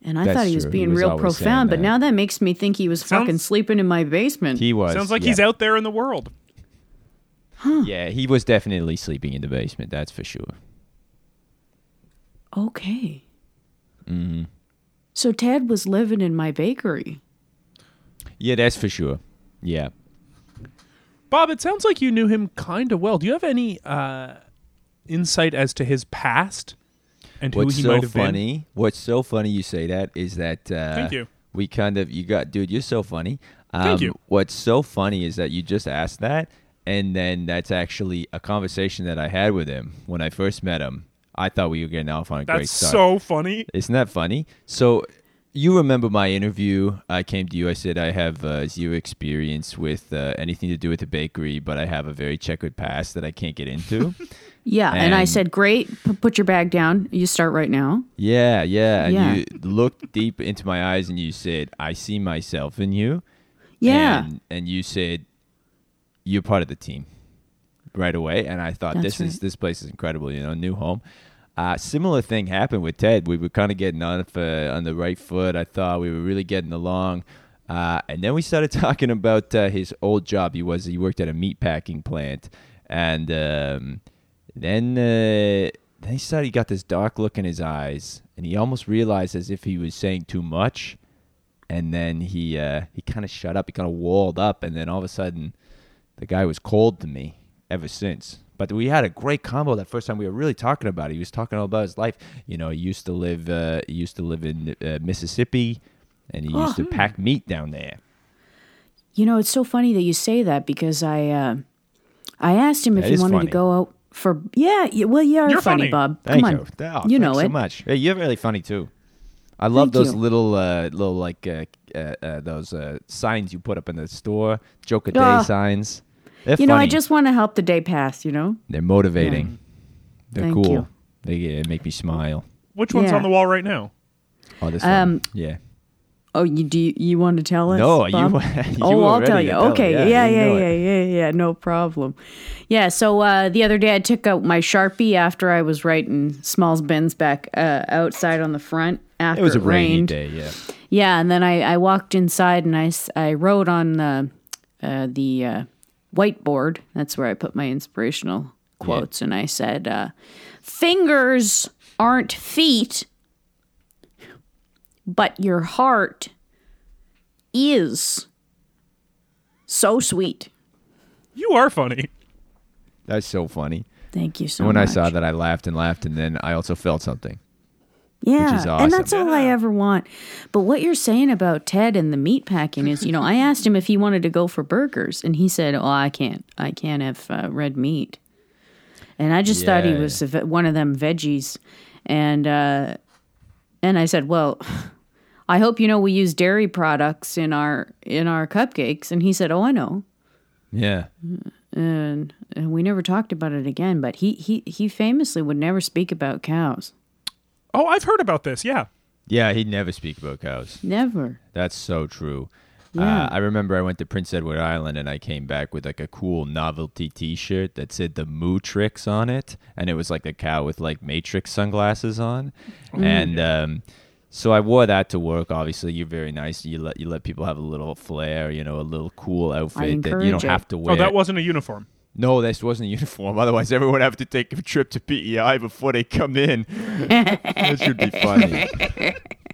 Speaker 4: And I
Speaker 2: That's
Speaker 4: thought he was
Speaker 2: true. He
Speaker 4: being
Speaker 2: was
Speaker 4: real
Speaker 2: always saying
Speaker 4: profound, but
Speaker 2: that.
Speaker 4: now that makes me think he was fucking
Speaker 1: Sounds-
Speaker 4: sleeping in my basement.
Speaker 2: He was.
Speaker 1: Sounds like
Speaker 2: yeah.
Speaker 1: he's out there in the world.
Speaker 2: Yeah, he was definitely sleeping in the basement. That's for sure.
Speaker 4: okay.
Speaker 2: Mm-hmm.
Speaker 4: So Ted was living in my bakery.
Speaker 2: Yeah, that's for sure. Yeah.
Speaker 1: Bob, it sounds like you knew him kind of well. Do you have any uh, insight as to his past and
Speaker 2: What's
Speaker 1: who he
Speaker 2: so
Speaker 1: might have been?
Speaker 2: funny? What's so funny? You say that is that. Uh,
Speaker 1: Thank you.
Speaker 2: We kind of you got, dude. You're so funny. Um,
Speaker 1: Thank you.
Speaker 2: What's so funny is that you just asked that, and then that's actually a conversation that I had with him when I first met him. I thought we were getting off on a great
Speaker 1: That's
Speaker 2: start.
Speaker 1: so funny.
Speaker 2: Isn't that funny? So you remember my interview? I came to you. I said I have uh, zero experience with uh, anything to do with the bakery, but I have a very checkered past that I can't get into.
Speaker 4: Yeah, and, I
Speaker 2: And-
Speaker 4: said, "Great, p- put your bag down. You start right now."
Speaker 2: Yeah, yeah. And
Speaker 4: Yeah.
Speaker 2: you looked deep into my eyes and you said, I see myself in you.
Speaker 4: Yeah,
Speaker 2: And, and you said, You're part of the team right away. And I thought,
Speaker 4: That's
Speaker 2: This is
Speaker 4: right.
Speaker 2: this place is incredible, you know, new home. Uh, similar thing happened with Ted. We were kind of getting on, for, on the right foot. I thought we were really getting along. Uh, and then we started talking about uh, his old job. He was he worked at a meat packing plant, and um, then uh, Then he said he got this dark look in his eyes, and he almost realized as if he was saying too much. And then he uh, he kind of shut up. He kind of walled up, and then all of a sudden, the guy was cold to me ever since. But we had a great combo that first time. We were really talking about it. He was talking all about his life. You know, he used to live uh, he used to live in uh, Mississippi, and he
Speaker 4: Oh, hmm.
Speaker 2: used to pack meat down there.
Speaker 4: You know, it's so funny that you say that because I uh, I asked him if
Speaker 2: That
Speaker 4: he
Speaker 2: is
Speaker 4: wanted
Speaker 2: funny.
Speaker 4: to go out for yeah, y- well you are
Speaker 1: You're
Speaker 4: funny,
Speaker 1: funny.
Speaker 4: Bob.
Speaker 2: Thank
Speaker 4: Come
Speaker 2: you.
Speaker 4: on.
Speaker 2: Oh,
Speaker 4: you know
Speaker 2: thanks
Speaker 4: it.
Speaker 2: so much. Hey, you're really funny too. I love
Speaker 4: Thank
Speaker 2: those
Speaker 4: you.
Speaker 2: little, uh, little like uh, uh, uh, those uh, signs you put up in the store, joke a day
Speaker 4: Ah.
Speaker 2: signs. They're
Speaker 4: You know, I
Speaker 2: funny.
Speaker 4: just want to help the day pass, you know?
Speaker 2: they're motivating. They're
Speaker 4: Thank
Speaker 2: cool.
Speaker 4: you.
Speaker 2: They uh, make me smile.
Speaker 1: Which one's
Speaker 4: Yeah.
Speaker 1: on the wall right now?
Speaker 2: Oh, this
Speaker 4: Um,
Speaker 2: one. Yeah.
Speaker 4: Oh, you do you, you want to tell us?
Speaker 2: No, you-
Speaker 4: Bob?
Speaker 2: you
Speaker 4: Oh,
Speaker 2: were
Speaker 4: I'll
Speaker 2: ready
Speaker 4: tell
Speaker 2: to
Speaker 4: you.
Speaker 2: tell it.
Speaker 4: okay,
Speaker 2: Yeah,
Speaker 4: yeah,
Speaker 2: you
Speaker 4: yeah,
Speaker 2: know
Speaker 4: yeah,
Speaker 2: it.
Speaker 4: yeah, yeah, no problem. Yeah, so uh, the other day I took out my Sharpie after I was writing Smalls Ben's back uh, outside on the front after
Speaker 2: It was a rainy
Speaker 4: rained.
Speaker 2: day. Yeah.
Speaker 4: Yeah, and then I, I walked inside and I, s- I wrote on the uh, the uh, whiteboard. That's where I put my inspirational quotes, and I said, uh, "Fingers aren't feet, but your heart is so sweet."
Speaker 1: You are funny.
Speaker 2: That's so funny.
Speaker 4: Thank you so
Speaker 2: And when
Speaker 4: much.
Speaker 2: I saw that, I laughed and laughed, and then I also felt something.
Speaker 4: Yeah,
Speaker 2: is
Speaker 4: and
Speaker 2: awesome.
Speaker 4: that's all I ever want. But what you're saying about Ted and the meat packing is, you know, I asked him if he wanted to go for burgers, and he said, "Oh, I can't. I can't have uh, red meat." And I just thought he
Speaker 2: Yeah.
Speaker 4: was a ve- one of them veggies, and uh, and I said, "Well, I hope you know we use dairy products in our in our cupcakes." And he said, "Oh, I know."
Speaker 2: Yeah.
Speaker 4: And, and we never talked about it again. But he he he famously would never speak about cows.
Speaker 1: Oh, I've heard about this. Yeah.
Speaker 2: Yeah. He'd never speak about cows.
Speaker 4: Never.
Speaker 2: That's so true.
Speaker 4: Yeah.
Speaker 2: Uh, I remember I went to Prince Edward Island and I came back with like a cool novelty T-shirt that said the Moo Tricks on it, and it was like a cow with like Matrix sunglasses on,
Speaker 4: Mm.
Speaker 2: and um, so I wore that to work. Obviously, you're very nice. You let you let people have a little flair, you know, a little cool outfit that you
Speaker 4: encourage
Speaker 2: don't
Speaker 4: it.
Speaker 2: have to wear.
Speaker 1: Oh, that wasn't a uniform.
Speaker 2: No, this wasn't a uniform. Otherwise, everyone would have to take a trip to PEI before they come in. that should be funny.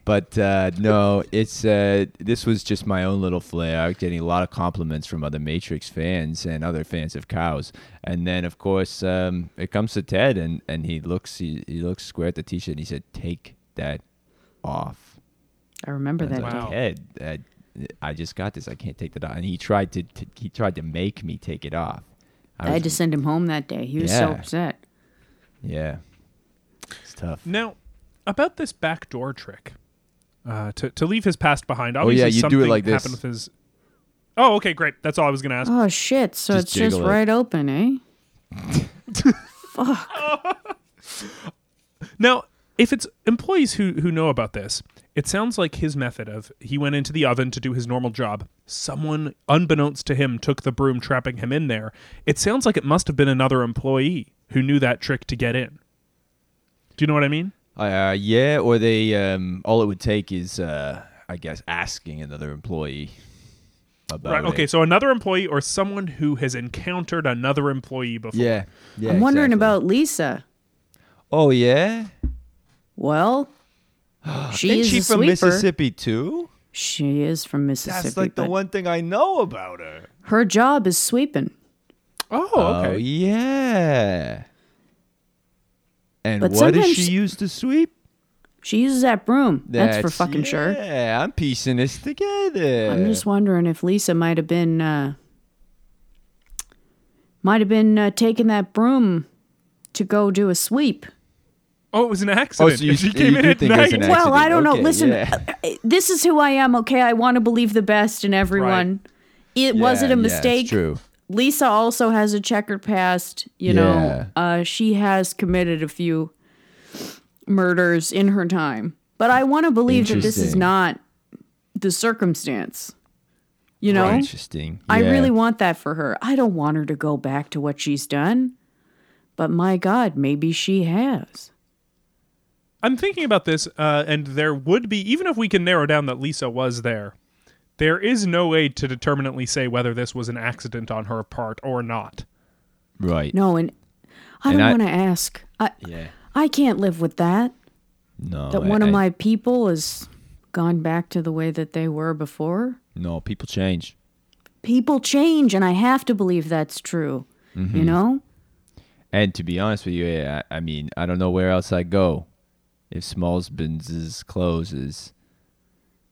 Speaker 2: But uh, no, it's uh, this was just my own little flair. I was getting a lot of compliments from other Matrix fans and other fans of cows. And then, of course, um, it comes to Ted, and, and he looks he, he looks square at the T-shirt, and he said, "Take that off."
Speaker 4: I remember that.
Speaker 2: And I was
Speaker 1: Wow.
Speaker 2: like, Ted, uh, I just got this. I can't take that off. And he tried to t- he tried to make me take it off.
Speaker 4: I, had to send him home that day. He was so
Speaker 2: Yeah.
Speaker 4: upset.
Speaker 2: Yeah. It's tough.
Speaker 1: Now, about this backdoor trick, uh, to to leave his past behind.
Speaker 2: Oh, yeah,
Speaker 1: Obviously,
Speaker 2: you do it
Speaker 1: something
Speaker 2: like this.
Speaker 1: happened
Speaker 2: Uh-huh.
Speaker 1: with his. Oh, okay, great. That's all I was going to ask.
Speaker 4: Oh shit! So
Speaker 2: Just
Speaker 4: it's just
Speaker 2: jiggle it.
Speaker 4: right open, eh?
Speaker 1: Now, if it's employees who who know about this, it sounds like his method of he went into the oven to do his normal job. Someone unbeknownst to him took the broom trapping him in there. It sounds like it must have been another employee who knew that trick to get in. Do you know what I mean?
Speaker 2: Uh, yeah, or they um, all it would take is uh, I guess asking another employee about
Speaker 1: Right.
Speaker 2: it.
Speaker 1: Okay, so another employee or someone who has encountered another employee before.
Speaker 2: Yeah. Yeah.
Speaker 4: I'm wondering
Speaker 2: exactly.
Speaker 4: about Lisa.
Speaker 2: Oh yeah.
Speaker 4: Well, she
Speaker 2: Ain't
Speaker 4: is
Speaker 2: she
Speaker 4: a
Speaker 2: from
Speaker 4: sweeper.
Speaker 2: Mississippi too?
Speaker 4: She is from Mississippi.
Speaker 2: That's like the
Speaker 4: but
Speaker 2: one thing I know about her.
Speaker 4: Her job is sweeping,
Speaker 1: Oh,
Speaker 2: Oh
Speaker 1: okay.
Speaker 2: yeah. And
Speaker 4: But
Speaker 2: what does
Speaker 4: sometimes-
Speaker 2: she use to sweep?
Speaker 4: she uses that broom. That's, for fucking
Speaker 2: yeah,
Speaker 4: sure.
Speaker 2: Yeah, I'm piecing this together.
Speaker 4: I'm just wondering if Lisa might have been, uh, might have been uh, taking that broom to go do a sweep.
Speaker 1: Oh, it was an accident.
Speaker 2: Oh, so you-
Speaker 1: she
Speaker 2: you
Speaker 1: came in
Speaker 2: do
Speaker 1: at
Speaker 2: think it was
Speaker 1: night.
Speaker 2: an
Speaker 4: Well, I
Speaker 2: accident.
Speaker 4: don't know.
Speaker 2: Okay,
Speaker 4: Listen,
Speaker 2: yeah.
Speaker 4: uh, uh, this is who I am. Okay, I want to believe the best in everyone. It was
Speaker 2: Yeah,
Speaker 4: it a
Speaker 2: yeah, it's
Speaker 4: mistake?
Speaker 2: true.
Speaker 4: Lisa also has a checkered past. You know, uh, she has committed a few murders in her time. But I want to believe that this is
Speaker 2: Interesting.
Speaker 4: not the circumstance. You know,
Speaker 2: Interesting.
Speaker 4: I
Speaker 2: Yeah.
Speaker 4: really want that for her. I don't want her to go back to what she's done. But my God, maybe she has.
Speaker 1: I'm thinking about this, uh, and there would be, even if we can narrow down that Lisa was there, there is no way to determinately say whether this was an accident on her part or not.
Speaker 2: right.
Speaker 4: No, and I
Speaker 2: And
Speaker 4: don't
Speaker 2: I-
Speaker 4: want to ask. I,
Speaker 2: Yeah.
Speaker 4: I can't live with that.
Speaker 2: No,
Speaker 4: That
Speaker 2: I-
Speaker 4: one of
Speaker 2: I-
Speaker 4: my people has gone back to the way that they were before.
Speaker 2: no people change.
Speaker 4: People change, and I have to believe that's true.
Speaker 2: Mm-hmm.
Speaker 4: You know?
Speaker 2: And to be honest with you, yeah, I I mean, I don't know where else I go if Smallsbins's closes.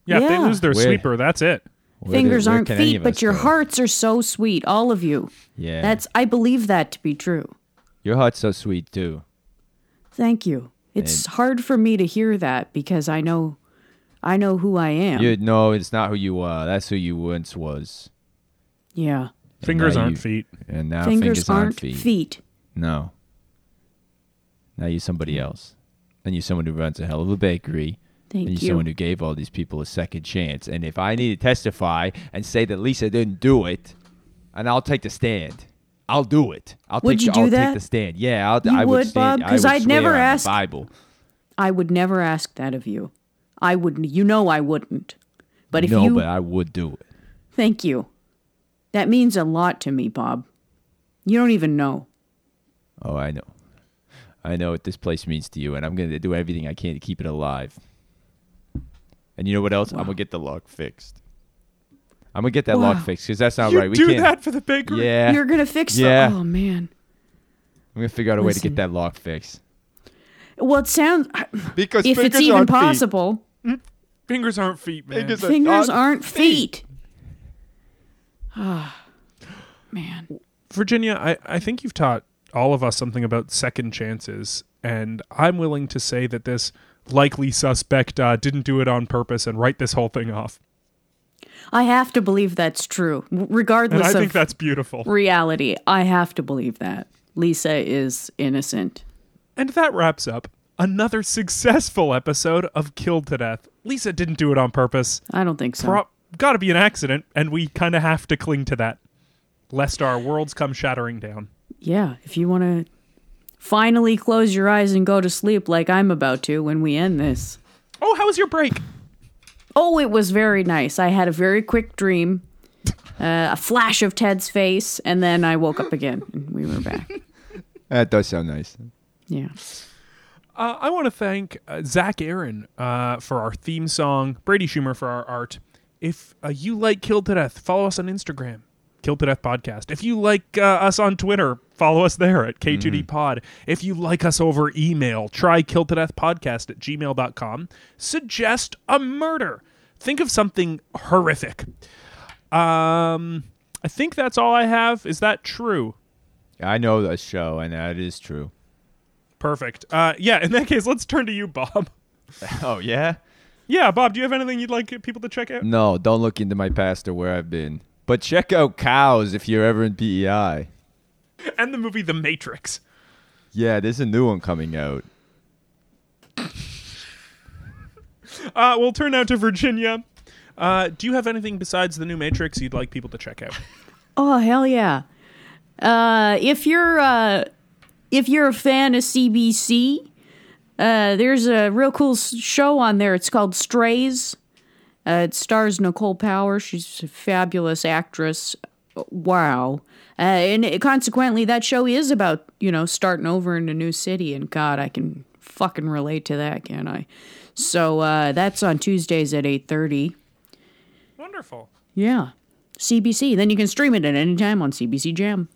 Speaker 1: Yeah, if they
Speaker 4: Yeah.
Speaker 1: lose their
Speaker 2: Where-
Speaker 1: sweeper, that's it.
Speaker 2: Where do-
Speaker 4: Fingers
Speaker 2: where
Speaker 4: aren't
Speaker 2: can any
Speaker 4: feet,
Speaker 2: of
Speaker 4: but
Speaker 2: us
Speaker 4: your
Speaker 2: go?
Speaker 4: hearts are so sweet, all of you.
Speaker 2: Yeah,
Speaker 4: That's I believe that to be true.
Speaker 2: your heart's so sweet too.
Speaker 4: Thank you. It's hard for me to hear that because I know I know who I am.
Speaker 2: You no, it's not who you are. That's who you once was.
Speaker 4: yeah.
Speaker 1: Fingers
Speaker 2: now
Speaker 1: aren't
Speaker 2: you-
Speaker 1: feet.
Speaker 2: And now
Speaker 4: Fingers,
Speaker 2: fingers,
Speaker 4: aren't
Speaker 2: feet.
Speaker 4: feet.
Speaker 2: No. Now you're somebody else. And you're someone who runs a hell of a bakery.
Speaker 4: Thank
Speaker 2: and you're
Speaker 4: you.
Speaker 2: someone who gave all these people a second chance. And if I need to testify and say that Lisa didn't do it, and I'll take the stand. I'll do it. I'll
Speaker 4: Would
Speaker 2: take
Speaker 4: you
Speaker 2: the, I'll
Speaker 4: do that?
Speaker 2: take the stand. Yeah, I'll,
Speaker 4: You
Speaker 2: I
Speaker 4: would,
Speaker 2: stand.
Speaker 4: Bob?
Speaker 2: I
Speaker 4: 'Cause
Speaker 2: would
Speaker 4: I'd
Speaker 2: swear
Speaker 4: never
Speaker 2: on the
Speaker 4: ask-
Speaker 2: Bible.
Speaker 4: I would never ask that of you. I wouldn't. You know I wouldn't. But if
Speaker 2: no,
Speaker 4: you
Speaker 2: but I would do it.
Speaker 4: Thank you. That means a lot to me, Bob. You don't even know.
Speaker 2: Oh, I know. I know what this place means to you, and I'm going to do everything I can to keep it alive. And you know what else? I'm going to get the lock fixed. I'm going to get that
Speaker 4: Wow.
Speaker 2: lock fixed because that's not
Speaker 1: you
Speaker 2: right. We
Speaker 1: do
Speaker 2: can't.
Speaker 1: that for the bakery.
Speaker 2: yeah.
Speaker 4: You're going to fix
Speaker 2: Yeah.
Speaker 4: the Oh man.
Speaker 2: I'm going to figure out a way to
Speaker 4: Listen.
Speaker 2: get that lock fixed.
Speaker 4: Well, it sounds
Speaker 2: Because
Speaker 4: if it's even possible,
Speaker 1: Fingers aren't feet, man.
Speaker 2: Fingers aren't-
Speaker 4: fingers
Speaker 2: Not
Speaker 4: aren't feet. Ah. man.
Speaker 1: Virginia, I, I think you've taught all of us something about second chances, and I'm willing to say that this likely suspect uh, didn't do it on purpose and write this whole thing off.
Speaker 4: I have to believe that's true, w-
Speaker 1: And I
Speaker 4: regardless
Speaker 1: think
Speaker 4: of
Speaker 1: that's beautiful.
Speaker 4: reality. I have to believe that Lisa is innocent.
Speaker 1: And that wraps up another successful episode of Killed to Death. Lisa didn't do it on purpose.
Speaker 4: I don't think so.
Speaker 1: Pro- gotta be an accident, and we kind of have to cling to that, lest our worlds come shattering down.
Speaker 4: yeah, if you want to finally close your eyes and go to sleep like I'm about to when we end this.
Speaker 1: Oh, how was your break?
Speaker 4: Oh, it was very nice. I had a very quick dream, uh, a flash of Ted's face, and then I woke up again and we were back.
Speaker 2: That does sound nice.
Speaker 4: Yeah.
Speaker 1: Uh, I want to thank uh, Zach Aaron uh, for our theme song, Brady Schumer for our art. If uh, you like Killed to Death, follow us on Instagram, Killed to Death Podcast. If you like uh, us on Twitter, follow us there at K2D Pod. If you like us over email, try Killed to Death Podcast at gmail.com. Suggest a murder. Think of something horrific. Um, I think that's all I have. Is that true?
Speaker 2: I know the show, and that is true.
Speaker 1: Perfect. Uh, yeah, in that case, let's turn to you, Bob.
Speaker 2: Oh, yeah?
Speaker 1: Yeah, Bob, do you have anything you'd like people to check out?
Speaker 2: No, don't look into my past or where I've been. But check out Cows if you're ever in E PEI.
Speaker 1: And the movie The Matrix.
Speaker 2: Yeah, there's a new one coming out.
Speaker 1: Uh, we'll turn now to Virginia. Uh, do you have anything besides the new Matrix you'd like people to check out?
Speaker 4: Oh hell yeah! Uh, if you're uh, if you're a fan of CBC, uh, there's a real cool s- show on there. It's called Strays. Uh, it stars Nicole Power. She's a fabulous actress. Wow. Uh, and it- consequently, that show is about you know starting over in a new city. And God, I can fucking relate to that, can I? So uh, that's on Tuesdays at eight thirty.
Speaker 1: Wonderful.
Speaker 4: Yeah. CBC. Then you can stream it at any time on CBC Jam.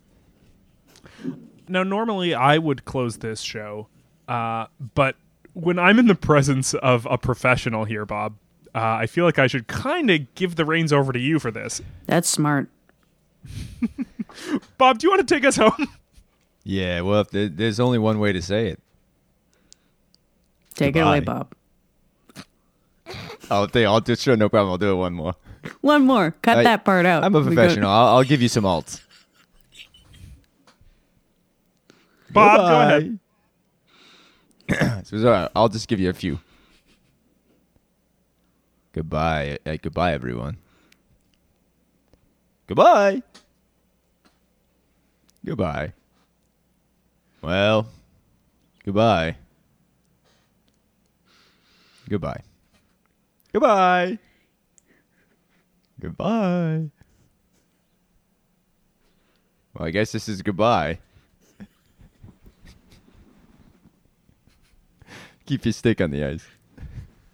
Speaker 1: Now, normally I would close this show, uh, but when I'm in the presence of a professional here, Bob, uh, I feel like I should kind of give the reins over to you for this.
Speaker 4: That's smart.
Speaker 1: Bob, do you want to take us home?
Speaker 2: Yeah, well, if there, there's only one way to say it.
Speaker 4: Take it away,
Speaker 2: Goodbye.
Speaker 4: Bob.
Speaker 2: I'll, do- I'll Oh, just sure, no problem. I'll do it one more.
Speaker 4: One more. Cut
Speaker 2: I-
Speaker 4: that part out.
Speaker 2: I'm a
Speaker 4: We go-
Speaker 2: professional. I'll, I'll give you some alts.
Speaker 1: Bob, go ahead.
Speaker 2: So it's all right. I'll just give you a few. Goodbye. Uh, goodbye, everyone. Goodbye. Goodbye. Well, goodbye. Goodbye. Goodbye. Goodbye. Well, I guess this is goodbye. Keep your stick on the ice.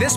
Speaker 5: This